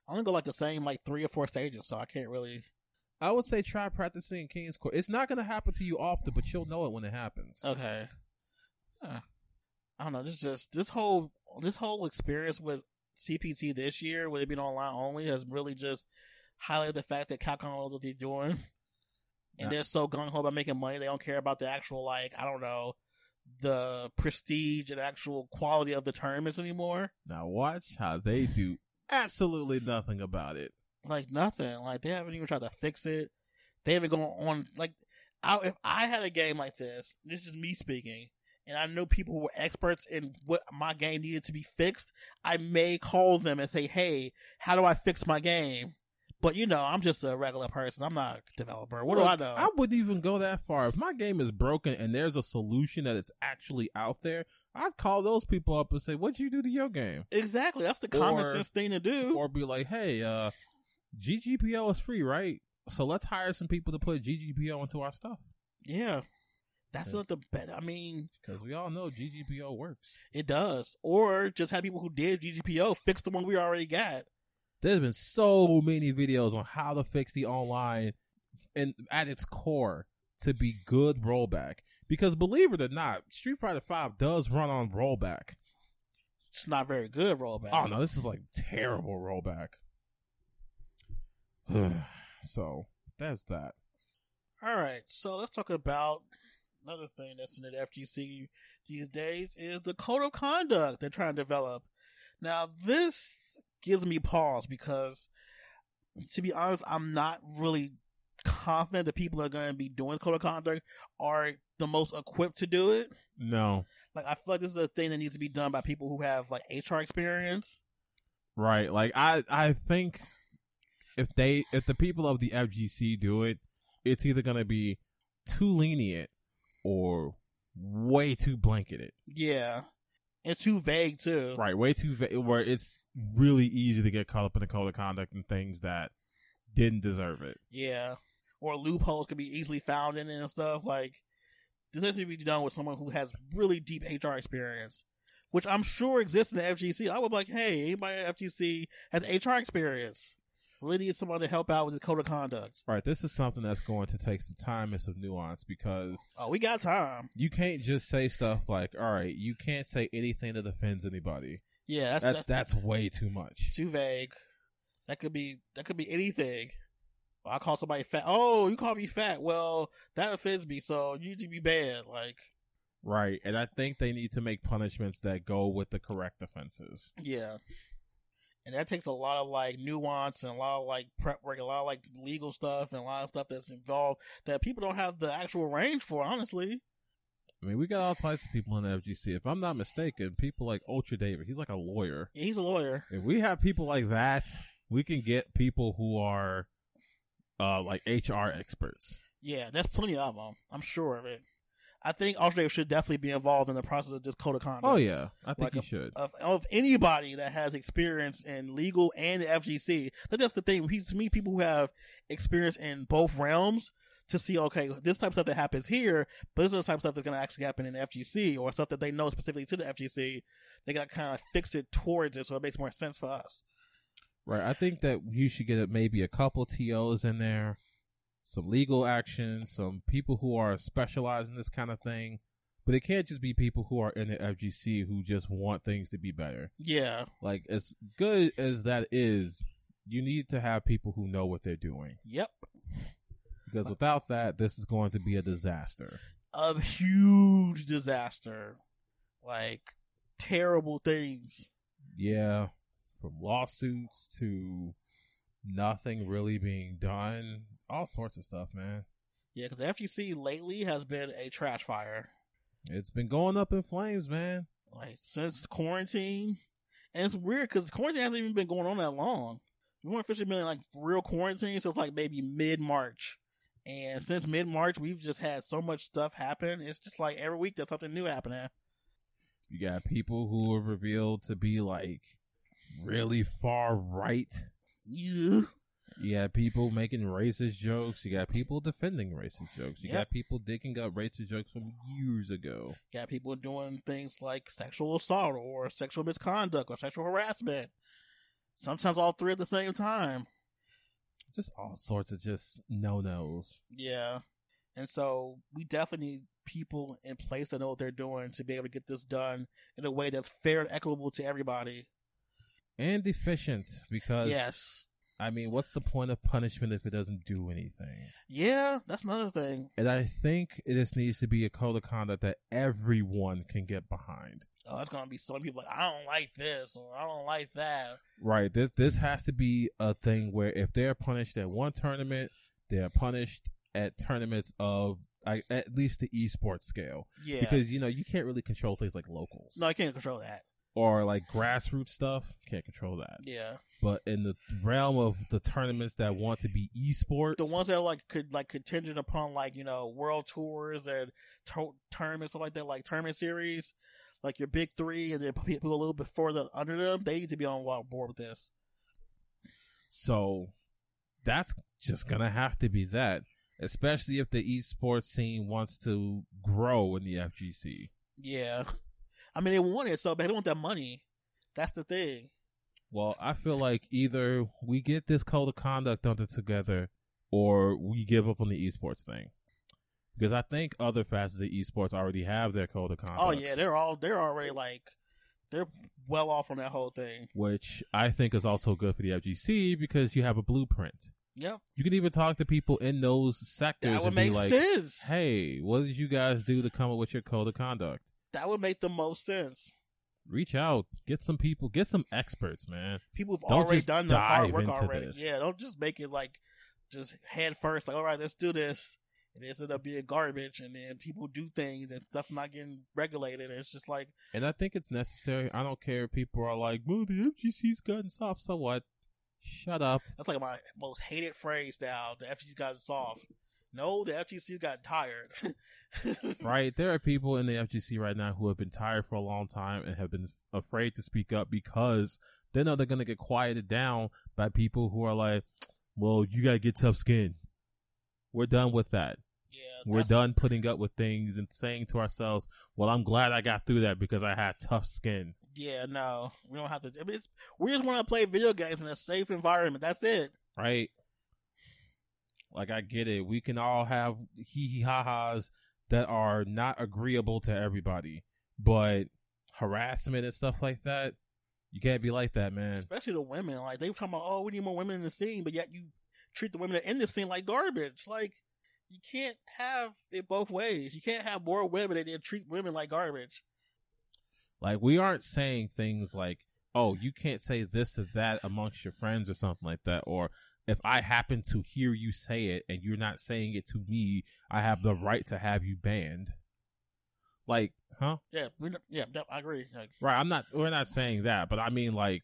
S2: I only go like the same like three or four stages, so I can't really.
S3: I would say try practicing King's Court. It's not gonna happen to you often, but you'll know it when it happens.
S2: Okay. Huh. I don't know. This just this whole this whole experience with CPT this year with it being online only has really just highlighted the fact that Capcom knows what they're doing, and
S3: Yeah.
S2: they're so gung ho about making money they don't care about the actual like I don't know the prestige and actual quality of the tournaments anymore.
S3: Now watch how they do absolutely nothing about it.
S2: Like nothing. Like they haven't even tried to fix it. They haven't gone on like. I, if I had a game like this, this is me speaking, and I know people who were experts in what my game needed to be fixed, I may call them and say, "Hey, how do I fix my game?" But you know, I'm just a regular person. I'm not a developer. What
S3: Look,
S2: do I know?
S3: I wouldn't even go that far. If my game is broken and there's a solution that it's actually out there, I'd call those people up and say, "What'd you do to your game?"
S2: exactly. That's the common
S3: Or-
S2: sense thing to do.
S3: Or be like, "Hey, uh, GGPO is free, right? So let's hire some people to put GGPO into our stuff
S2: yeah, that's
S3: Yes.
S2: not the best. I mean,
S3: because we all know GGPO works."
S2: it does. Or just have people who did GGPO fix the one we already got.
S3: There's been so many videos on how to fix the online and at its core to be good rollback. Because believe it or not, Street Fighter Five does run on rollback.
S2: It's not very good rollback.
S3: Oh no, this is like terrible rollback. so that's that.
S2: All right, so let's talk about another thing that's in the FGC these days is the code of conduct they're trying to develop. Now, this gives me pause because, to be honest, I'm not really confident the people that are going to be doing code of conduct are the most equipped to do it.
S3: No,
S2: Like, I feel like this is a thing that needs to be done by people who have like HR experience.
S3: right? Like I, I think if they, if the people of the FGC do it, it's either gonna be too lenient or way too blanketed.
S2: Yeah, and too vague too.
S3: Right, way too va- where it's really easy to get caught up in the code of conduct and things that didn't deserve it.
S2: Yeah. Or loopholes can be easily found in it and stuff. Like, this has to be done with someone who has really deep HR experience, which I'm sure exists in the FGC. I would be like, hey, anybody at FGC has HR experience. Really need someone to help out with the code of conduct.
S3: Right, this is something that's going to take some time and some nuance because
S2: Oh, we got time.
S3: you can't just say stuff like, "All right, you can't say anything that offends anybody."
S2: Yeah, that's,
S3: That's
S2: that's,
S3: that's way too much.
S2: too vague. That could be that could be anything. I call somebody fat. Oh, you call me fat. Well, that offends me, so you need to be banned. Like,
S3: Right. And I think they need to make punishments that go with the correct offenses.
S2: yeah. And that takes a lot of like nuance and a lot of like prep work, a lot of like legal stuff and a lot of stuff that's involved that people don't have the actual range for, honestly.
S3: I mean, we got all types of people in the FGC. If I'm not mistaken, people like Ultra David, he's like a lawyer.
S2: Yeah, he's a lawyer.
S3: If we have people like that, we can get people who are uh like HR experts.
S2: Yeah, there's plenty of them. I'm sure of it. I think Australia should definitely be involved in the process of this code of conduct.
S3: Oh yeah, I think
S2: Like
S3: you
S2: a-
S3: should.
S2: Of, of anybody that has experience in legal and the FGC, But that's the thing. We- To me, people who have experience in both realms to see, okay, this type of stuff that happens here, but this is the type of stuff that's going to actually happen in the FGC or stuff that they know specifically to the FGC. They got to kind of fix it towards it so it makes more sense for us.
S3: Right. I think that you should get maybe a couple TOs in there, some legal action, some people who are specialized in this kind of thing. But it can't just be people who are in the FGC who just want things to be better.
S2: Yeah.
S3: Like as good as that is, you need to have people who know what they're doing.
S2: Yep.
S3: Because without that, this is going to be a disaster.
S2: a huge disaster. Like terrible things.
S3: Yeah. From lawsuits to nothing really being done, all sorts of stuff, man.
S2: Yeah, because FGC lately has been a trash fire.
S3: It's been going up in flames, man.
S2: Like since quarantine, and it's weird because quarantine hasn't even been going on that long. We weren't officially been in like real quarantine since like maybe mid March, and since mid March we've just had so much stuff happen. It's just like every week there's something new happening.
S3: You got people who are revealed to be like really far right.
S2: Yeah.
S3: You got people making racist jokes. You got people defending racist jokes. You
S2: Yep.
S3: got people digging up racist jokes from years ago.
S2: Got people doing things like sexual assault or sexual misconduct or sexual harassment. Sometimes all three at the same time.
S3: Just all sorts of just no nos.
S2: Yeah. And so we definitely need people in place that know what they're doing to be able to get this done in a way that's fair and equitable to everybody.
S3: And efficient because
S2: yes.
S3: I mean, what's the point of punishment if it doesn't do anything?
S2: Yeah, that's another thing.
S3: And I think this needs to be a code of conduct that everyone can get behind.
S2: Oh, it's gonna be so many people like, I don't like this or I don't like that.
S3: Right. This this has to be a thing where if they're punished at one tournament, they're punished at tournaments of I, at least the esports scale
S2: Yeah.
S3: because you know you can't really control things like locals
S2: no, I can't control that.
S3: or like grassroots stuff. Can't control that.
S2: Yeah.
S3: But in the realm of the tournaments that want to be esports,
S2: The ones that like could like contingent upon like, you know, world tours and to- tournaments, stuff like that, like tournament series, like your big three and then people a little bit further under them, they need to be on board with this.
S3: so that's just gonna have to be that. Especially if the esports scene wants to grow in the FGC.
S2: Yeah. I mean, they want it so bad. They want that money. That's the thing.
S3: Well, I feel like either we get this code of conduct under together or we give up on the esports thing. Because I think other facets of esports already have their code of conduct.
S2: Oh yeah, they're all they're already like they're well off on that whole thing.
S3: which I think is also good for the FGC because you have a blueprint.
S2: Yep,
S3: You can even talk to people in those sectors
S2: that would
S3: and be
S2: make
S3: like,
S2: sense.
S3: "Hey, what did you guys do to come up with your code of conduct?"
S2: That would make the most sense.
S3: Reach out, get some people, get some experts, man.
S2: People have
S3: Don't
S2: already
S3: just
S2: done the hard
S3: dive
S2: work
S3: into
S2: already.
S3: this.
S2: Yeah, don't just make it like just head first. Like, all right, let's do this. And it ends up being garbage, and then people do things and stuff not getting regulated. And it's just like,
S3: And I think it's necessary. I don't care if people are like, well, the FGC's gotten soft, so what? Shut up.
S2: That's like my most hated phrase now. The FGC's gotten soft. No, the FGC's got tired.
S3: Right? There are people in the FGC right now who have been tired for a long time and have been f- afraid to speak up because they know they're going to get quieted down by people who are like, well, you got to get tough skin. We're done with that.
S2: Yeah,
S3: We're
S2: that's-
S3: done putting up with things and saying to ourselves, well, I'm glad I got through that because I had tough skin.
S2: Yeah, no, we don't have to. I mean, it's, we just want to play video games in a safe environment. That's it.
S3: right? Like I get it. We can all have hee hee ha ha's that are not agreeable to everybody, but harassment and stuff like that, you can't be like that, man.
S2: Especially the women. Like they were talking about, oh, we need more women in the scene, but yet you treat the women that in this scene like garbage. Like you can't have it both ways. You can't have more women that then treat women like garbage.
S3: Like we aren't saying things like, "Oh, you can't say this or that amongst your friends" or something like that. Or if I happen to hear you say it and you're not saying it to me, I have the right to have you banned. Like, huh?
S2: Yeah, we don't- yeah, no, I agree. Like,
S3: Right? I'm not. We're not saying that, but I mean, like,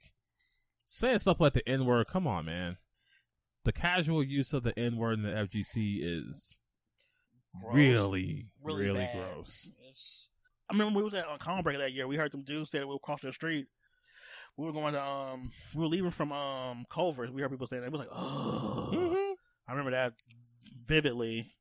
S3: saying stuff like the N word. Come on, man. The casual use of the N word in the FGC is
S2: gross.
S3: really,
S2: Really
S3: really,
S2: bad.
S3: gross.
S2: It's- I remember we was at on Common Break that year. We heard some dudes say that we were crossing the street. We were going to um, we were leaving from um Culver's. We heard people saying that. We were like, oh, I remember that vividly.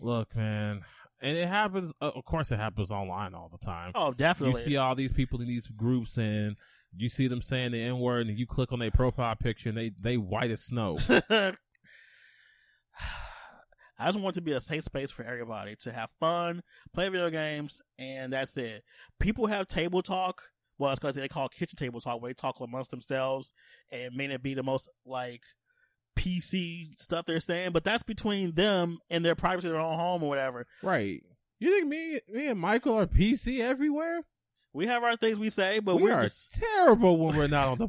S3: Look, man, and it happens. uh, Of course, it happens online all the time.
S2: Oh,
S3: you
S2: definitely.
S3: see all these people in these groups, and you see them saying the N word, and you click on their profile picture, and they they white as snow.
S2: I just want it to be a safe space for everybody to have fun, play video games, and that's it. People have table talk. Well, it's because they call it kitchen table talk, where they talk amongst themselves and may not be the most like PC stuff they're saying, but that's between them and their privacy, of their own home or whatever.
S3: right? You think me, me and Michael are PC everywhere?
S2: We have our things we say, but
S3: we
S2: we're
S3: are
S2: just,
S3: terrible when we're not on the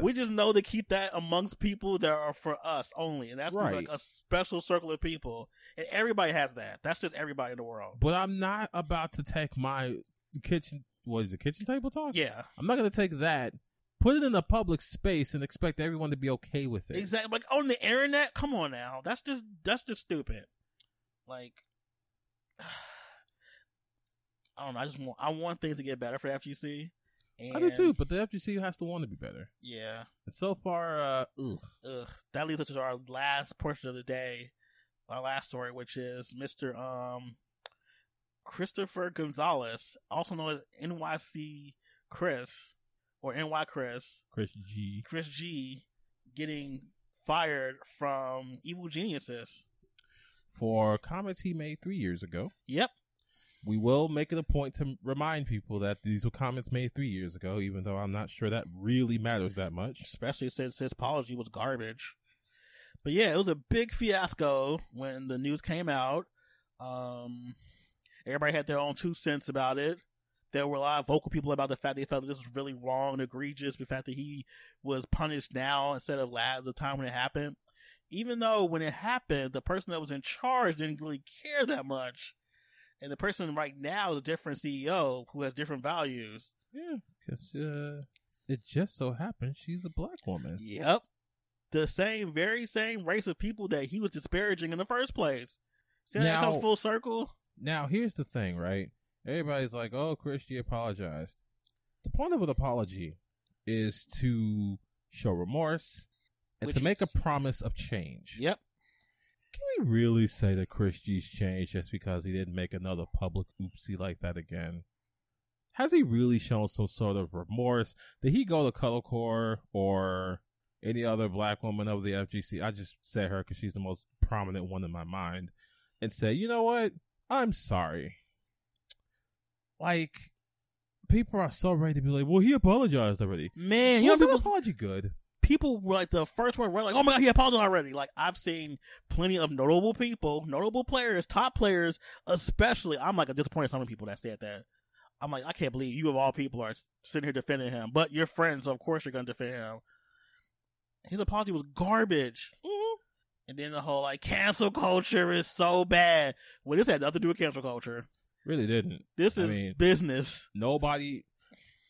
S2: we just know to keep that amongst people that are for us only, and that's gonna be,
S3: Right.
S2: like a special circle of people, and everybody has that. That's just everybody in the world.
S3: but I'm not about to take my kitchen. What is it? Kitchen table talk?
S2: Yeah,
S3: I'm not going to take that. Put it in a public space and expect everyone to be okay with it.
S2: exactly. Like on the internet, come on now. That's just that's just stupid. Like, I don't know. I just want I want things to get better for the FGC. And
S3: I do too, but the FGC has to want to be better.
S2: yeah,
S3: And so far, uh, ugh.
S2: ugh. that leads us to our last portion of the day, our last story, which is Mister um Christopher Gonzalez, also known as NYC Chris or NY Chris.
S3: Chris G.
S2: Chris G getting fired from Evil Geniuses.
S3: for comments he made three years ago.
S2: Yep.
S3: We will make it a point to remind people that these were comments made three years ago, even though I'm not sure that really matters that much.
S2: Especially since his apology was garbage. But yeah, it was a big fiasco when the news came out. Um, everybody had their own two cents about it. There were a lot of vocal people about the fact they felt that this was really wrong and egregious. The fact that he was punished now instead of last the time when it happened. Even though when it happened, the person that was in charge didn't really care that much. And the person right now is a different CEO who has different values.
S3: Yeah, because uh, it just so happened she's a black woman.
S2: Yep. The same, very same race of people that he was disparaging in the first place. See how that
S3: Now-
S2: comes full circle?
S3: Now, here's the thing, right? Everybody's like, "Oh, Christy apologized." The point of an apology is to show remorse and
S2: Which
S3: to make
S2: is-
S3: a promise of change.
S2: Yep.
S3: Can we really say that Chris G's changed just because he didn't make another public oopsie like that again? Has he really shown some sort of remorse? Did he go to Color Core or any other black woman of the FGC? I just said her because she's the most prominent one in my mind and say, you know what? I'm sorry. Like, people are so ready to be like, well, he apologized already.
S2: Man,
S3: And
S2: you know,
S3: was that
S2: people,
S3: apology good?
S2: people were like the first one, were like, oh my God, he apologized already. Like, I've seen plenty of notable people, notable players, top players, especially. I'm like disappointed in some of the people that said that. I'm like, I can't believe you of all people are sitting here defending him, but your friends, so of course, you're going to defend him. His apology was garbage.
S3: Mm-hmm.
S2: And then the whole like cancel culture is so bad. Well, this had nothing to do with cancel culture.
S3: Really didn't.
S2: This
S3: I
S2: is
S3: mean-
S2: business.
S3: nobody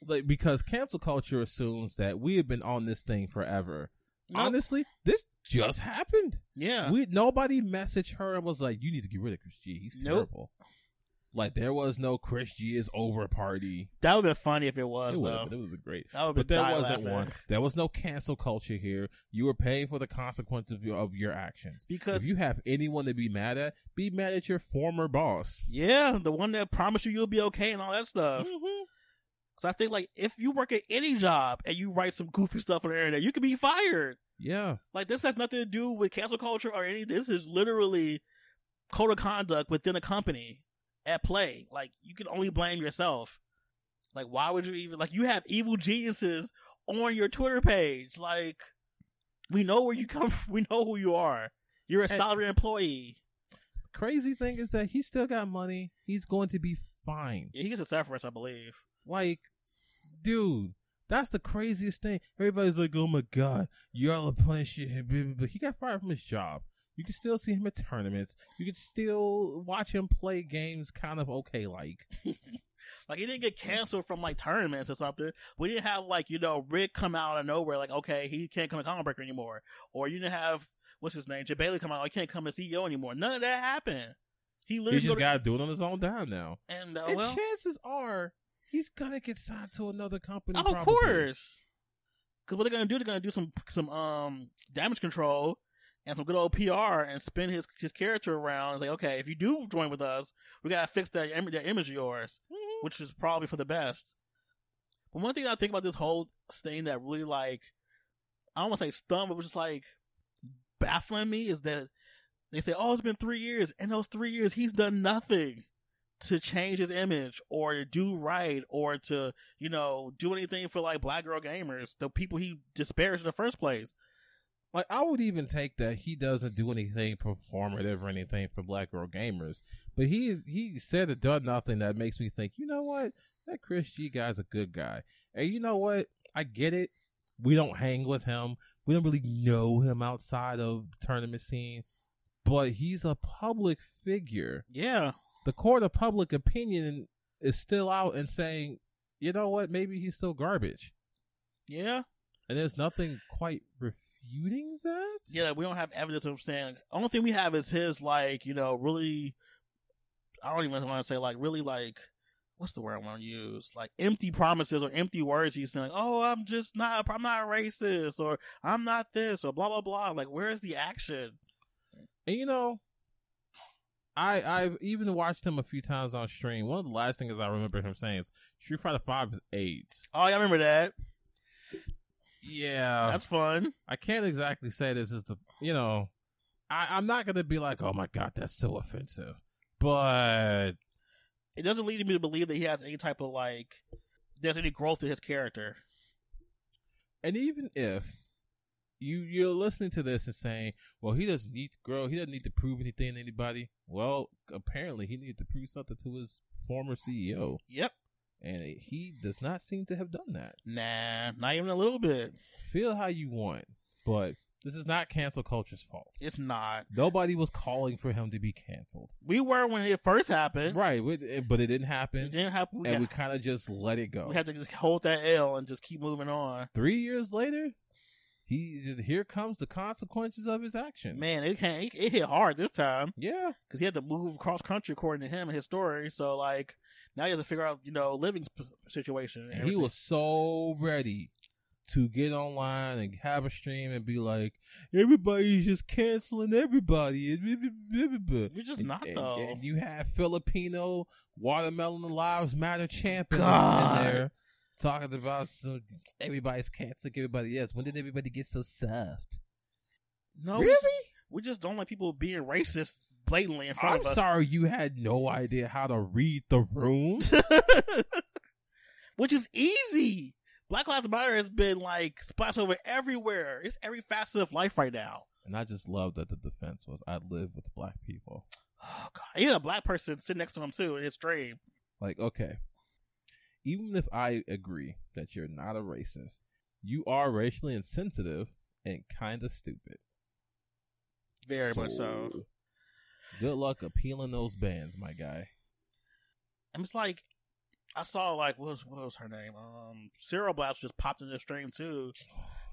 S3: like because cancel culture assumes that we have been on this thing forever.
S2: Nope.
S3: Honestly, this just happened.
S2: Yeah.
S3: We nobody messaged her and was like, "You need to get rid of Chris G. He's
S2: Nope.
S3: terrible." Like there was no Chris G is over party.
S2: that would have been funny if it was
S3: It would
S2: though.
S3: have been great.
S2: That would
S3: But
S2: have
S3: there
S2: been
S3: wasn't one. There was no cancel culture here. You were paying for the consequences of your, of your actions.
S2: Because
S3: If you have anyone to be mad at, be mad at your former boss.
S2: yeah, the one that promised you you'll be okay and all that
S3: Mm-hmm.
S2: stuff. Cause I think like if you work at any job and you write some goofy stuff on the internet, you could be fired.
S3: Yeah,
S2: Like this has nothing to do with cancel culture or anything. This is literally code of conduct within a company at play. Like you can only blame yourself. Like why would you even like you have evil geniuses on your Twitter page? Like We know where you come from. We know who you are. You're a
S3: And-
S2: salary employee.
S3: Crazy thing is that he still got money. He's going to be fine.
S2: Yeah, he gets a severance, I believe.
S3: Like, dude, that's the craziest thing. Everybody's like, oh my God, y'all are playing shit. and blah, blah, blah. He got fired from his job. You can still see him at tournaments. You can still watch him play games kind of okay like.
S2: Like he didn't get canceled from like tournaments or something. We didn't have like you know Rick come out of nowhere like okay he can't come to Colin Breaker anymore, or you didn't have what's his name Jay Bailey come out like, he can't come as CEO anymore. None of that happened. He
S3: He
S2: literally
S3: just
S2: go to-
S3: got to do it on his own dime now.
S2: and uh,
S3: and
S2: well
S3: chances are he's gonna get signed to another company.
S2: Oh, of
S3: probably.
S2: course. Because what they're gonna do, they're gonna do some some um damage control and some good old PR and spin his his character around. and say, okay, if you do join with us, we gotta fix that im- that image of yours, which is probably for the best. But one thing I think about this whole thing that really like I don't want to say stunned, but was just like baffling me is that they say, oh, it's been three years, and those three years he's done nothing to change his image or to do right or to you know, do anything for like black girl gamers, the people he disparaged in the first place.
S3: Like I would even take that he doesn't do anything performative or anything for Black Girl Gamers, but he is, he said or done nothing that makes me think. You know what? That Chris G guy's a good guy, and you know what? I get it. We don't hang with him. We don't really know him outside of the tournament scene, but he's a public figure.
S2: Yeah.
S3: the court of public opinion is still out and saying, you know what, maybe he's still garbage.
S2: Yeah.
S3: And there's nothing quite refuting that.
S2: Yeah, we don't have evidence of saying only thing we have is his like, you know, really I don't even want to say like really like what's the word I want to use? Like empty promises or empty words he's saying, Oh, I'm just not I'm not racist or I'm not this or blah blah blah. Like where's the action?
S3: And you know, I I've even watched him a few times on stream. One of the last things I remember him saying is Street Fighter Five is AIDS.
S2: Oh yeah, I remember that.
S3: Yeah.
S2: That's fun.
S3: I can't exactly say this is the you know I, I'm not gonna be like, Oh my god, that's so offensive. But
S2: It doesn't lead me to believe that he has any type of like there's any growth to his character.
S3: And even if you you're listening to this and saying, "Well, he doesn't need girl, he doesn't need to prove anything to anybody." Well, apparently he needed to prove something to his former CEO,
S2: Yep.
S3: and he does not seem to have done that.
S2: Nah, not even a little bit.
S3: Feel how you want, but this is not cancel culture's fault.
S2: It's not.
S3: Nobody was calling for him to be canceled,
S2: We were when it first happened.
S3: right? with- But it didn't happen,
S2: It didn't happen. We,
S3: and we
S2: got-
S3: kind of just let it go.
S2: we had to just hold that L and just keep moving on.
S3: Three years later, he here comes the consequences of his actions.
S2: Man, it can it, it hit hard this time
S3: Yeah,
S2: because he had to move across country according to him and his story. So like now he has to figure out you know living sp- situation. and
S3: And he
S2: everything.
S3: was so ready to get online and have a stream and be like, everybody's just canceling everybody. and blah, blah, blah, blah, blah."
S2: We're just not,
S3: and,
S2: though.
S3: and you have Filipino watermelon lives matter champion in
S2: God.
S3: there talking about some, everybody's canceling everybody else. When did everybody get so soft?
S2: no we
S3: Really?
S2: just- We just don't like people being racist blatantly in front
S3: I'm
S2: of us.
S3: sorry you had no idea how to read the room.
S2: which is easy. Black Lives Matter has been like splashed over everywhere. It's every facet of life right now.
S3: and I just love that the defense was I live with black people.
S2: Oh god, he had a black person sitting next to him too in his dream.
S3: Like, okay, even if I agree that you're not a racist, you are racially insensitive and kind of stupid.
S2: Very much so.
S3: Good luck appealing those bans, my guy.
S2: And it's like I saw like what was what was her name? Um Cyril Blast just popped in the stream too.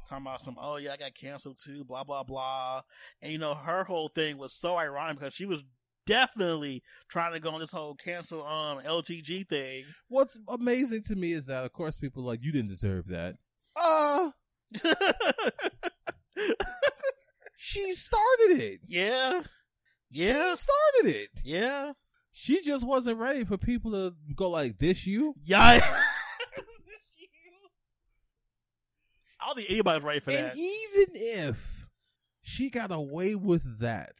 S2: Talking about some, oh yeah, I got canceled too, blah blah blah. And you know, her whole thing was so ironic because she was definitely trying to go on this whole cancel um LTG thing.
S3: What's amazing to me is that, of course, people are like you didn't deserve that. Uh she started it.
S2: yeah. Yeah.
S3: she started it.
S2: Yeah.
S3: She just wasn't ready for people to go like this. You,
S2: Yeah. I don't think anybody's ready for
S3: and
S2: that.
S3: even if she got away with that,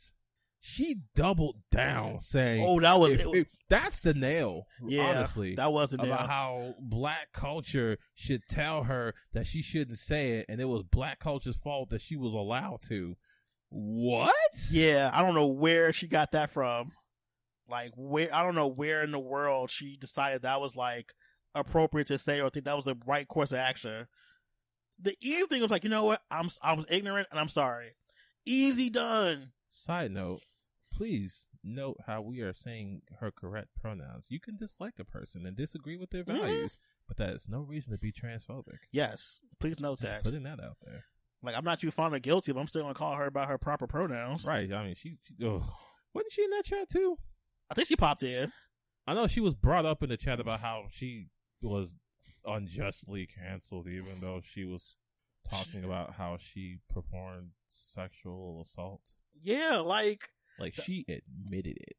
S3: she doubled down saying,
S2: Oh, that was,
S3: if-
S2: it was-
S3: if- that's the nail.
S2: yeah,
S3: honestly,
S2: that was the nail.
S3: about how black culture should tell her that she shouldn't say it, and it was black culture's fault that she was allowed to. What?
S2: yeah, I don't know where she got that from. Like where I don't know where in the world she decided that was like appropriate to say or think that was the right course of action. The easy thing was like, you know what? I'm I was ignorant and I'm sorry. Easy done.
S3: Side note: Please note how we are saying her correct pronouns. You can dislike a person and disagree with their
S2: Mhm.
S3: values, but that is no reason to be transphobic.
S2: Yes, please note
S3: Just
S2: that.
S3: putting that out there.
S2: Like I'm not too fond of guilty, but I'm still gonna call her by her proper pronouns.
S3: Right? I mean, she, she ugh. wasn't she in that chat too?
S2: I think she popped in.
S3: I know she was brought up in the chat about how she was unjustly canceled, even though she was talking about how she performed sexual assault.
S2: Yeah, like
S3: Like she admitted it.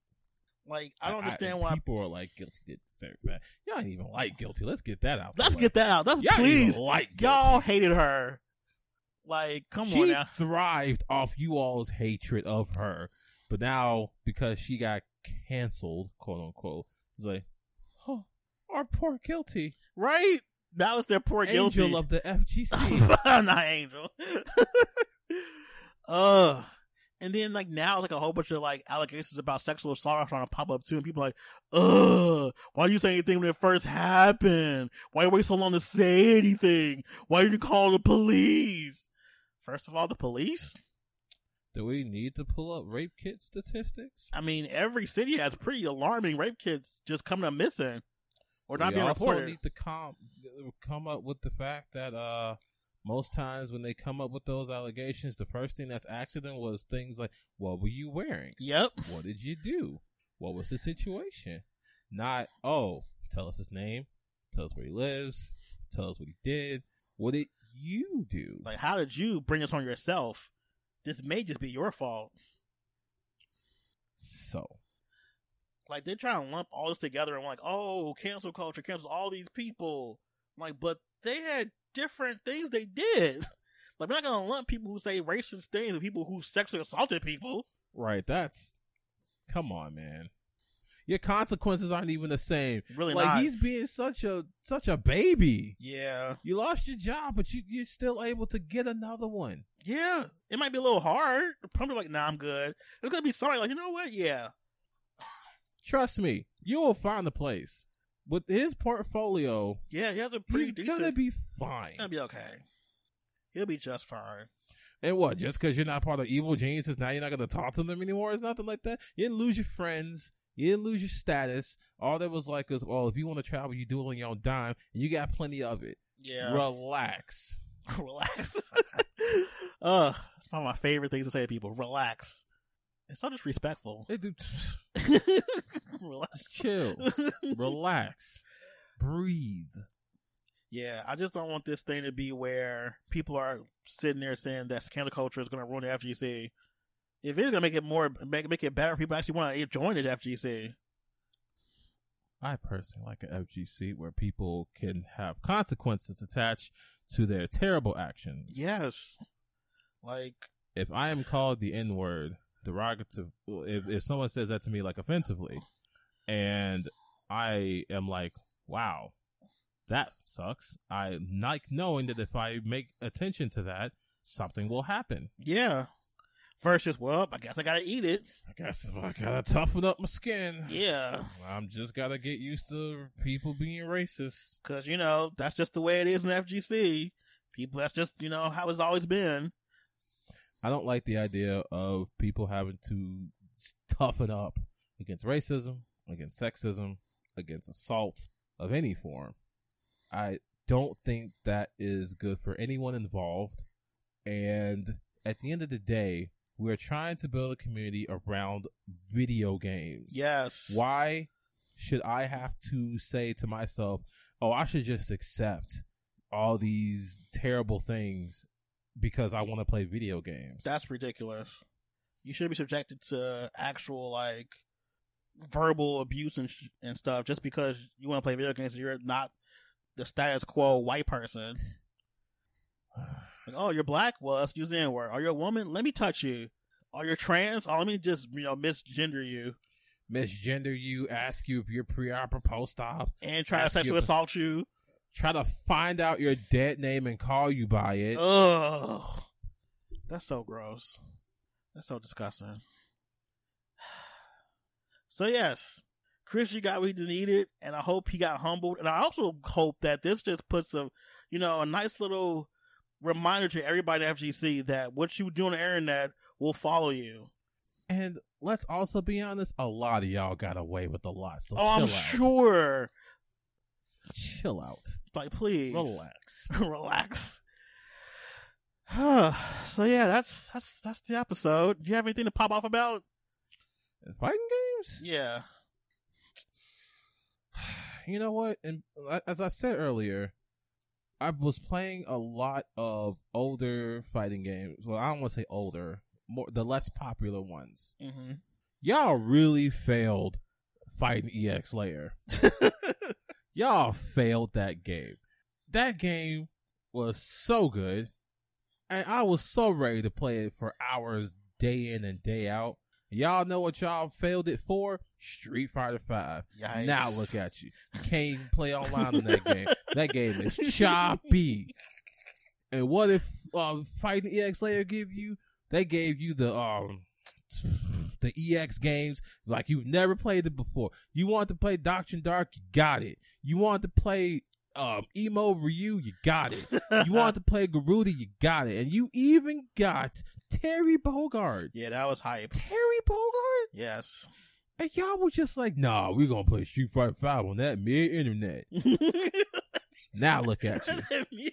S2: like I don't understand
S3: and
S2: why.
S3: people are like guilty did deserve that. Y'all ain't even like guilty. Let's get that out. the
S2: Let's
S3: way.
S2: get that out. Let's
S3: Y'all ain't
S2: please.
S3: even like guilty.
S2: Y'all hated her. Like, come
S3: she
S2: on now.
S3: thrived off you all's hatred of her, but now because she got canceled, quote unquote, it's like, oh, our poor guilty
S2: Right? That was their poor guilty.
S3: angel of the FGC.
S2: not angel. Ugh. And then like now like a whole bunch of like allegations about sexual assault are trying to pop up too, and people are like, Ugh, why you say anything when it first happened? Why you wait so long to say anything? Why didn't you call the police? First of all, the police?
S3: Do we need to pull up rape kit statistics?
S2: I mean, every city has pretty alarming rape kits just coming up missing. Or not
S3: we
S2: being
S3: also
S2: reported.
S3: need to come come up with the fact that uh most times when they come up with those allegations, the first thing that's accident was things like what were you wearing,
S2: Yep.
S3: what did you do, what was the situation, not oh tell us his name, tell us where he lives, tell us what he did, what did you do?
S2: Like, how did you bring this on yourself? This may just be your fault.
S3: so
S2: Like, they're trying to lump all this together and, like, oh, cancel culture cancels all these people. Like, but they had different things they did. Like, we're not going to lump people who say racist things with people who sexually assaulted people.
S3: right, that's come on, man. Your consequences aren't even the same.
S2: Really
S3: like
S2: not.
S3: he's being such a such a baby.
S2: yeah.
S3: You lost your job, but you you're still able to get another one.
S2: Yeah. It might be a little hard. Probably like, nah, I'm good. There's going to be somebody like, you know what? Yeah.
S3: Trust me, you will find a place with his portfolio.
S2: Yeah, he has a pretty
S3: He's
S2: decent. Um,
S3: gonna be fine.
S2: he's gonna be okay. He'll be just fine.
S3: And what? Just because you're not part of evil geniuses, now you're not gonna talk to them anymore. It's nothing like that. You didn't lose your friends. You didn't lose your status. All that was like is, well, if you want to travel, you do it on your own dime, and you got plenty of it.
S2: Yeah.
S3: Relax.
S2: relax. uh, that's probably my favorite thing to say to people. Relax. It's so disrespectful.
S3: Hey, dude,
S2: relax.
S3: chill. Relax. Breathe.
S2: yeah, I just don't want this thing to be where people are sitting there saying that cancel culture is going to ruin the FGC. If it's going to make it more, make, make it better, people actually want to join the FGC.
S3: I personally like an FGC where people can have consequences attached to their terrible actions.
S2: Yes. Like,
S3: If I am called the N word, derogative, if, if someone says that to me like offensively, and I am like, wow, that sucks, I like knowing that if I make attention to that, something will happen.
S2: yeah. Versus, well, I guess I got to eat it.
S3: I guess I gotta toughen up my skin.
S2: Yeah.
S3: I'm just gotta get used to people being racist.
S2: Cause you know, that's just the way it is in FGC. People, that's just, you know, how it's always been.
S3: I don't like the idea of people having to s- toughen up against racism, against sexism, against assault of any form. I don't think that is good for anyone involved. And at the end of the day, we are trying to build a community around video games.
S2: Yes.
S3: Why should I have to say to myself, oh, I should just accept all these terrible things because I want to play video games?
S2: That's ridiculous. You should be subjected to actual, like, verbal abuse and, sh- and stuff just because you want to play video games and you're not the status quo white person. Like, oh, you're black? Well, let's use the N word. Are you a woman? Let me touch you. Are you trans? Oh, let me just you know misgender you
S3: misgender you, ask you if you're pre-op or post-op,
S2: and try to
S3: Ask you
S2: sexually
S3: about-
S2: assault you.
S3: try to find out your dead name and call you by it.
S2: Uh. Ugh, that's so gross. That's so disgusting. So yes, Chris, you got what you needed, and I hope he got humbled. And I also hope that this just puts a, you know, a nice little reminder to everybody at FGC that what you do on the internet will follow you.
S3: And let's also be honest, a lot of y'all got away with a lot. So
S2: oh, I'm
S3: chill out.
S2: sure.
S3: Chill out.
S2: Like, please
S3: Relax.
S2: relax. so yeah, that's that's that's the episode. Do you have anything to pop off about?
S3: Fighting games?
S2: Yeah.
S3: You know what? And as I said earlier, I was playing a lot of older fighting games. Well, I don't want to say older, more the less popular ones.
S2: Mm-hmm.
S3: Y'all really failed fighting EX Layer. Y'all failed that game. That game was so good. And I was so ready to play it for hours day in and day out. Y'all know what y'all failed it for? Street Fighter Five.
S2: Yikes.
S3: Now look at you. You can't even play online in that game. That game is choppy. And what if uh, fighting EX layer give you? They gave you the um the EX games like you've never played it before. You want to play Doctrine Dark, you got it. You want to play um Emo Ryu, you got it. You want to play Garuda, you got it. And you even got Terry Bogard.
S2: Yeah, that was hype.
S3: Terry Bogard?
S2: Yes.
S3: And y'all were just like, nah, we're gonna play Street Fighter Five on that mid internet. Now look at you.
S2: you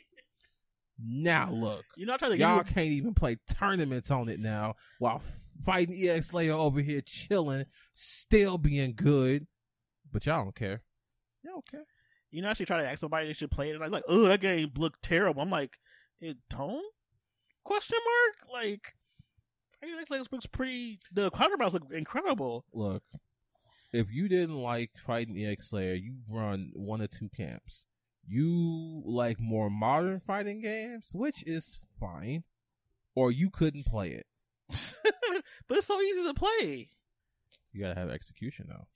S3: Now look.
S2: know, I tried to give
S3: Y'all
S2: you-
S3: can't even play tournaments on it now while fighting EX Layer over here chilling, still being good. But y'all don't care. Y'all don't care.
S2: you know, I actually try to ask somebody they should play it, and I'm like, oh, that game looked terrible. I'm like, it don't? Question mark? Like, Fire Emblem Six looks pretty. The quarter mouse look incredible.
S3: Look, if you didn't like fighting EX Layer, you run one of two camps. You like more modern fighting games, which is fine, or you couldn't play it.
S2: but it's so easy to play.
S3: You gotta have execution though.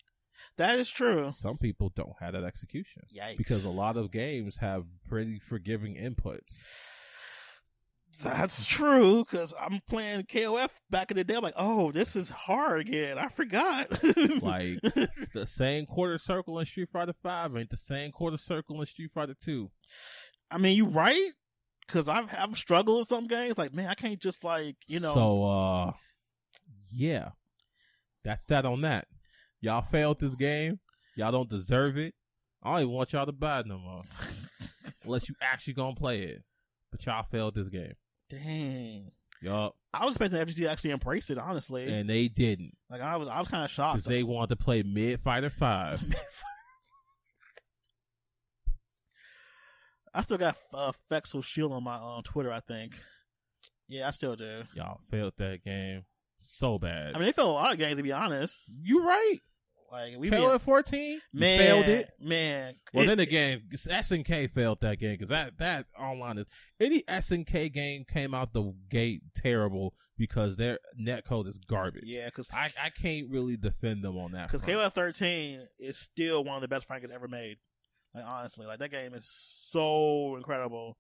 S2: That is true.
S3: Some people don't have that execution.
S2: Yikes.
S3: Because a lot of games have pretty forgiving inputs.
S2: That's true, because I'm playing KOF back in the day. I'm like, oh, this is hard again. I forgot.
S3: Like the same quarter circle in Street Fighter Five ain't the same quarter circle in Street Fighter Two.
S2: I mean, you right? Because I've I've struggled with some games. Like, man, I can't just like you know.
S3: So uh yeah. That's that on that. Y'all failed this game. Y'all don't deserve it. I don't even want y'all to buy it no more. Unless you actually gonna play it. But y'all failed this game.
S2: dang.
S3: Yup.
S2: I was expecting FGC to actually embrace it. Honestly,
S3: And they didn't.
S2: like I was I was kind of
S3: Because
S2: shocked.
S3: they wanted to play Mid Fighter Five.
S2: I still got uh, Fexel Shield on my um, Twitter. I think. Yeah, I still do.
S3: Y'all failed that game so bad.
S2: I mean, they failed a lot of games to be honest.
S3: you right.
S2: Like we
S3: We
S2: been-
S3: failed at 14. You
S2: man
S3: failed it.
S2: man.
S3: Well,
S2: It-
S3: then again, SNK failed that game because that, that online is any SNK game came out the gate terrible because their netcode is garbage.
S2: yeah, because
S3: I, I can't really defend them on that.
S2: Because
S3: front.
S2: KOF 13 is still one of the best Frank ever made. Like, honestly, like that game is so incredible.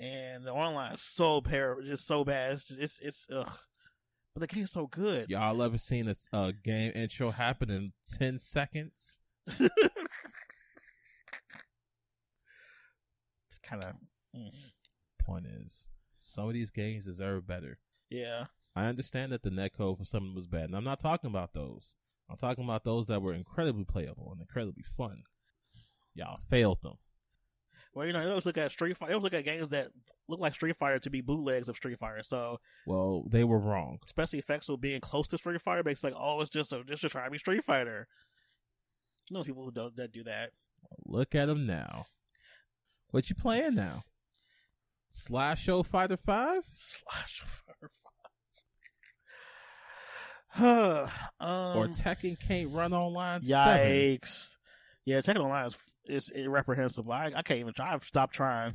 S2: And the online is so pair, just so bad. It's, it's, it's, ugh. But the game's so good.
S3: Y'all ever seen a, a game intro happen in 10 seconds?
S2: It's mm, kind of,
S3: Point is, some of these games deserve better.
S2: yeah.
S3: I understand that the netcode for some of them was bad, and I'm not talking about those. I'm talking about those that were incredibly playable and incredibly fun. Y'all failed them.
S2: Well, you know, they always look at Street Fighter, they always look at games that look like Street Fighter to be bootlegs of Street Fighter. So,
S3: Well, they were wrong.
S2: especially Fexel being close to Street Fighter makes like, oh, it's just, a, just trying to be Street Fighter. You know, people who don't, that do that.
S3: Look at them now. What you playing now? Slash Show Fighter Five?
S2: slash fire five. um,
S3: or Tekken can't run online? Seven?
S2: yikes! Yeah, Tekken Online is it's irreprehensible. I, I can't even. try. I've stopped trying.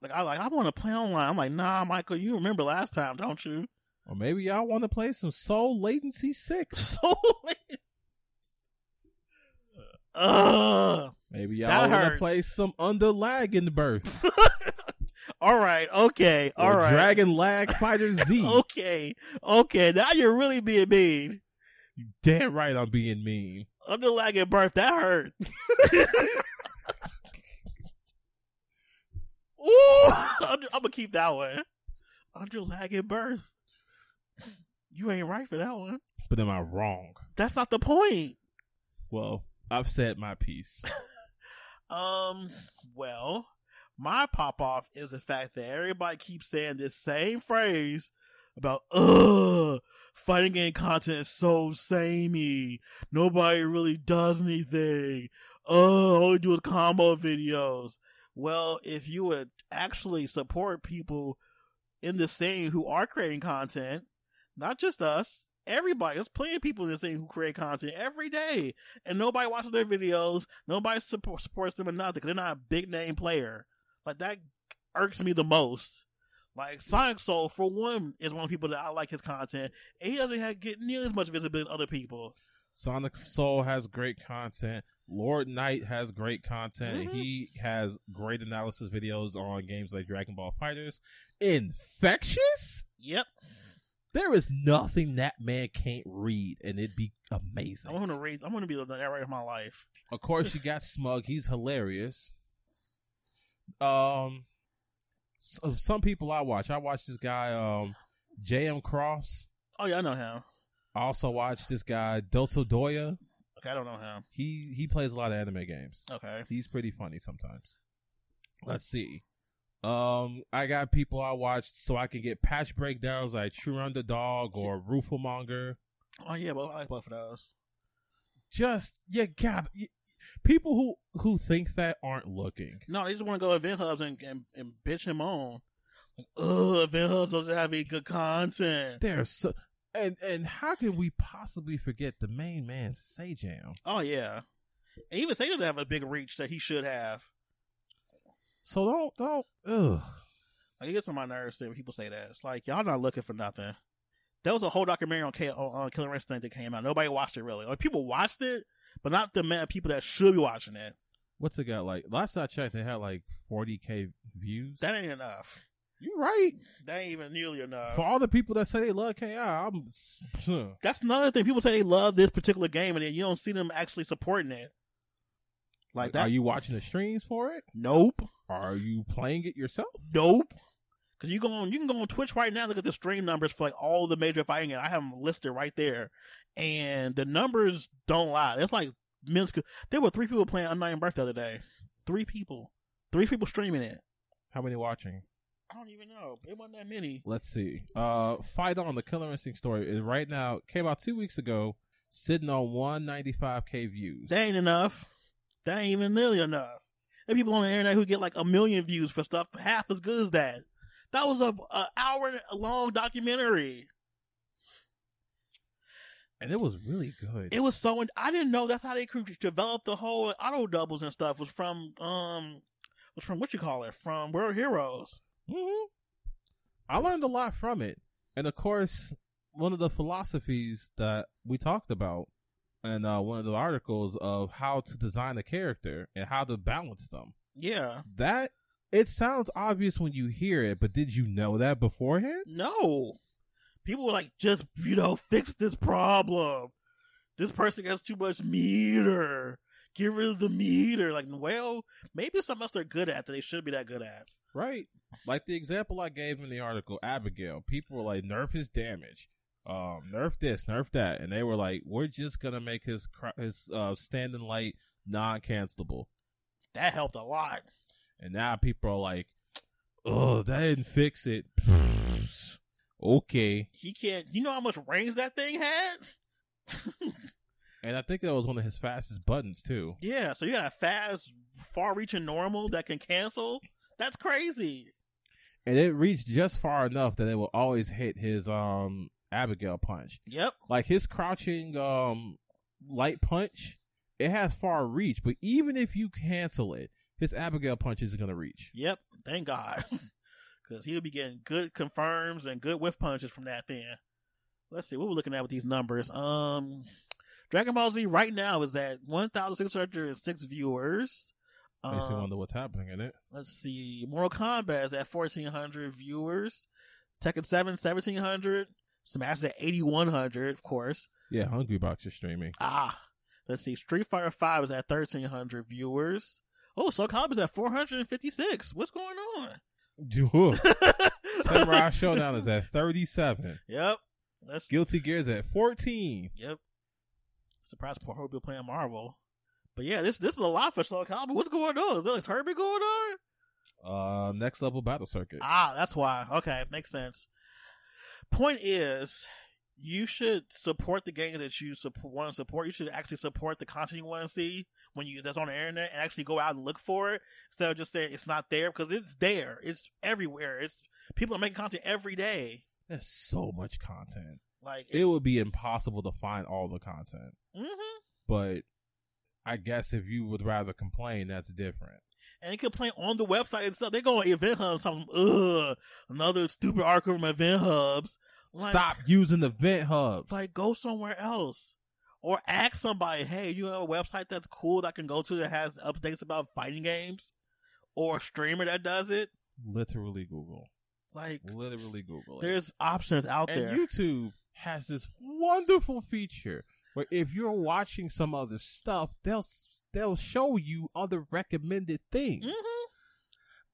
S2: Like I like I want to play online. I'm like, nah, Michael. You remember last time, don't you?
S3: Or maybe y'all want to play some Soul Latency 6.
S2: So late. Ugh.
S3: Maybe y'all
S2: That
S3: want to
S2: hurts.
S3: play some Under Lag in the Birth.
S2: All right. Okay. All
S3: or
S2: right. Oh.
S3: Dragon Lag Fighter Z.
S2: Okay. Okay. Now you're really being mean.
S3: Damn right I'm being mean.
S2: Underlag at birth. That hurt. Ooh. Under, I'm gonna keep that one. Underlag at birth. You ain't right for that one.
S3: But am I wrong?
S2: That's not the point.
S3: Well, I've said my piece.
S2: Um, well, my pop off is the fact that everybody keeps saying this same phrase about ugh fighting game content is so samey. Nobody really does anything. Ugh, all we do is combo videos. Well, if you would actually support people in the scene who are creating content, not just us, everybody, there's plenty of people in the scene who create content every day and nobody watches their videos. Nobody support, supports them or nothing because they're not a big name player. Like that irks me the most. Like Sonic Soul, for one, is one of the people that I like his content. And he doesn't have, get near as much visibility as other people.
S3: Sonic Soul has great content. Lord Knight has great content.
S2: Mhm.
S3: He has great analysis videos on games like Dragon Ball Fighters. Infectious?
S2: Yep,
S3: There is nothing that man can't read, and it'd be
S2: I'm
S3: amazing.
S2: gonna read. I'm gonna be the narrator of my life.
S3: Of course, you got Smug. He's hilarious. Um, so, some people I watch. I watch this guy, um, J.M. Cross.
S2: Oh yeah, I know him.
S3: I also watch this guy, Delta Doya.
S2: Okay, I don't know him.
S3: He he plays a lot of anime games.
S2: Okay,
S3: He's pretty funny sometimes. Let's see. Um, I got people I watched so I can get patch breakdowns like True Underdog or Rufelmonger.
S2: oh yeah, but I like both of those.
S3: Just you got you, people who who think that aren't looking.
S2: No, they just want to go to event hubs and, and, and bitch him on. Like, ugh, event hubs doesn't have any good content.
S3: There's so and and how can we possibly forget the main man Say Jam?
S2: Oh yeah, and even Satan doesn't have a big reach that he should have.
S3: So don't don't ugh.
S2: Like, it gets on my nerves that people say that. It's like y'all not looking for nothing. There was a whole documentary on, K- on on Killer Instinct that came out. Nobody watched it really. Like people watched it, but not the amount of people that should be watching it.
S3: What's it got like? Last I checked, they had like 40k views.
S2: That ain't enough.
S3: you right.
S2: That ain't even nearly enough.
S3: For all the people that say they love KI, I'm. hmm.
S2: That's another thing. People say they love this particular game, and then you don't see them actually supporting it. Like that.
S3: Are you watching the streams for it?
S2: nope.
S3: Are you playing it yourself?
S2: Nope. Cause you go on, you can go on Twitch right now. and Look at the stream numbers for like all the major fighting, and I have them listed right there. And the numbers don't lie. It's like men's. co- There were three people playing Undying Birth the other day. Three people. Three people streaming it.
S3: How many watching?
S2: I don't even know. It wasn't that many.
S3: Let's see. Uh, Fight on the Killer Instinct story is right now came out two weeks ago, sitting on 195k views.
S2: That ain't enough. That ain't even nearly enough. There are people on the internet who get like a million views for stuff half as good as that. That was a, a hour long documentary.
S3: and it was really good.
S2: It was so. I didn't know that's how they cr- developed the whole auto doubles and stuff. Was from um, was from what you call it from World Heroes.
S3: hmm I learned a lot from it, and of course, one of the philosophies that we talked about, and uh, one of the articles of how to design a character and how to balance them.
S2: Yeah.
S3: That it sounds obvious when you hear it, but did you know that beforehand?
S2: No. People were like, just you know, fix this problem. This person has too much meter. Get rid of the meter. Like, well, maybe it's something else they're good at that they should be that good at.
S3: Right. Like the example I gave in the article, Abigail, people were like, nerf his damage. Um, nerf this, nerf that. And they were like, we're just going to make his, cr- his uh, standing light non cancelable.
S2: That helped a lot.
S3: And now people are like, oh, that didn't fix it. okay.
S2: He can't. You know how much range that thing had?
S3: And I think that was one of his fastest buttons, too.
S2: Yeah. So you got a fast, far-reaching normal that can cancel. That's crazy.
S3: And it reached just far enough that it will always hit his um Abigail punch.
S2: Yep.
S3: like his crouching um light punch it has far reach but even if you cancel it his abigail punch is gonna reach
S2: Yep. Thank God. because he'll be getting good confirms and good whiff punches from that. Then let's see what we're looking at with these numbers. Um, Dragon Ball Z right now is at one thousand six hundred and six viewers.
S3: Makes me
S2: Um,
S3: wonder what's happening in it.
S2: let's see, Mortal Kombat is at fourteen hundred viewers. Tekken 7, 1700. Smash is at eighty one hundred, of course.
S3: Yeah, Hungry Box is streaming.
S2: Ah, let's see. Street Fighter Five is at thirteen hundred viewers. Oh, Soul Calibur's at four hundred and fifty six. What's going on?
S3: Samurai Showdown is at 37.
S2: Yep. That's
S3: Guilty Gear is at 14.
S2: Yep. Surprised poor Herbie playing Marvel. But yeah, this this is a lot for Soul Calibur. What's going on? Is there like Herbie going on?
S3: Uh, next level battle circuit.
S2: Ah, that's why. Okay, makes sense. Point is, you should support the games that you support, want to support. You should actually support the content you want to see when you that's on the internet, and actually go out and look for it instead of just saying it's not there because it's there. It's everywhere. It's people are making content every day.
S3: There's so much content.
S2: Like
S3: It would be impossible to find all the content.
S2: hmm
S3: But I guess if you would rather complain, that's different.
S2: and they complain on the website itself. They go on Event Hub, something. Ugh, another stupid article from Event Hubs. Like,
S3: Stop using the vent hubs.
S2: like go somewhere else or ask somebody hey you have a website that's cool that I can go to that has updates about fighting games or a streamer that does it
S3: Literally Google.
S2: like
S3: Literally Google. it.
S2: there's options out
S3: and
S2: there
S3: YouTube has this wonderful feature where if you're watching some other stuff, they'll they'll show you other recommended things.
S2: Mhm.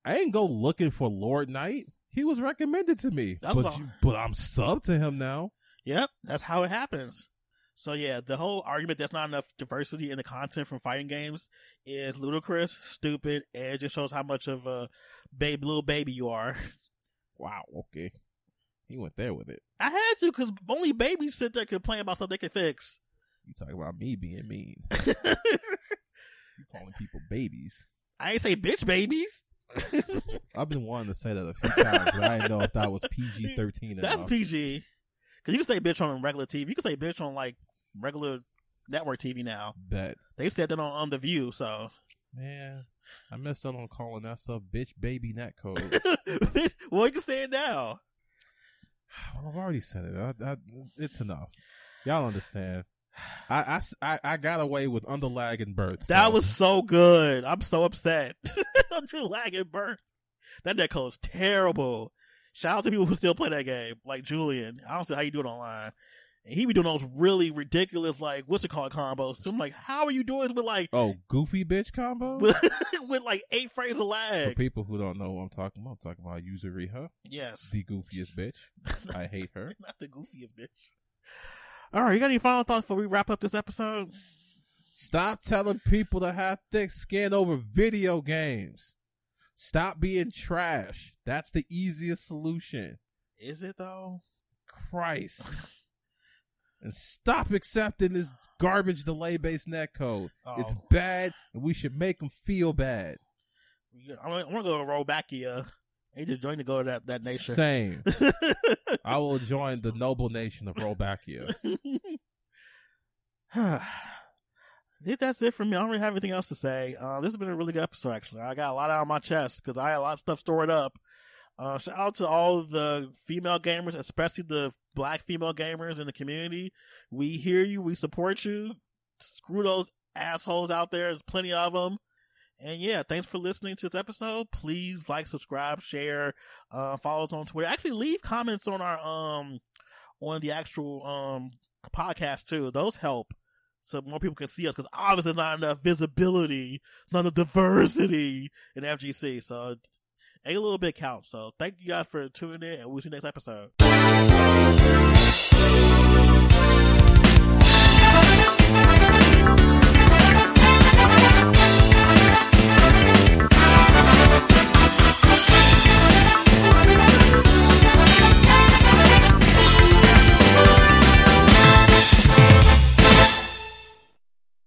S3: I didn't go looking for Lord Knight. He was recommended to me,
S2: That's
S3: but
S2: all.
S3: you, but I'm sub to him now.
S2: yep that's how it happens so yeah the whole argument that's not enough diversity in the content from fighting games is ludicrous stupid and it just shows how much of a babe little baby you are
S3: Wow. Okay. He went there with it.
S2: i had to because only babies sit there complain about stuff they can fix
S3: You talking about me being mean? you calling people babies?
S2: i ain't say bitch babies
S3: I've been wanting to say that a few times, but I didn't know if that was PG thirteen.
S2: That's PG. Cause you can say bitch on regular TV. You can say bitch on like regular network TV now.
S3: Bet
S2: They've said that on, on The View, so
S3: man, I messed up on calling that stuff bitch baby net code.
S2: well you can say it now.
S3: Well, I've already said it. I, I, it's enough. Y'all understand. I, I s- I- I got away with underlag and birth. so-
S2: That was so good. I'm so upset. Drew Lagging Birth. That net code's terrible. Shout out to people who still play that game, like Julian. I don't see how you do it online. And he be doing those really ridiculous, like, what's it called combos. So I'm like, how are you doing this with like
S3: oh goofy bitch combo.
S2: with, with like eight frames of
S3: Oh. For
S2: lag?
S3: people who don't know what I'm talking about, I'm talking about Yuzuriha,
S2: Yes.
S3: the goofiest bitch. I hate her.
S2: Not the goofiest bitch. All right, you got any final thoughts before we wrap up this episode?
S3: Stop telling people to have thick skin over video games. Stop being trash. That's the easiest solution.
S2: Is it though?
S3: Christ. And stop accepting this garbage delay based netcode.
S2: Oh.
S3: It's bad, and we should make them feel bad.
S2: I want to go to Robakia. I need to join to go to that, that nation.
S3: Same. I will join the noble nation of Robakia.
S2: I think that's it for me. I don't really have anything else to say. Uh, this has been a really good episode, actually. I got a lot out of my chest because I had a lot of stuff stored up. Uh, shout out to all the female gamers, especially the black female gamers in the community. We hear you. We support you. Screw those assholes out there. There's plenty of them. And yeah, thanks for listening to this episode. Please like, subscribe, share, uh, follow us on Twitter. Actually, leave comments on our um on the actual um podcast too. Those help so more people can see us because obviously there's not enough visibility, not enough diversity in FGC. So a little bit counts. So thank you guys for tuning in, and we'll see you next episode.
S4: Thank you.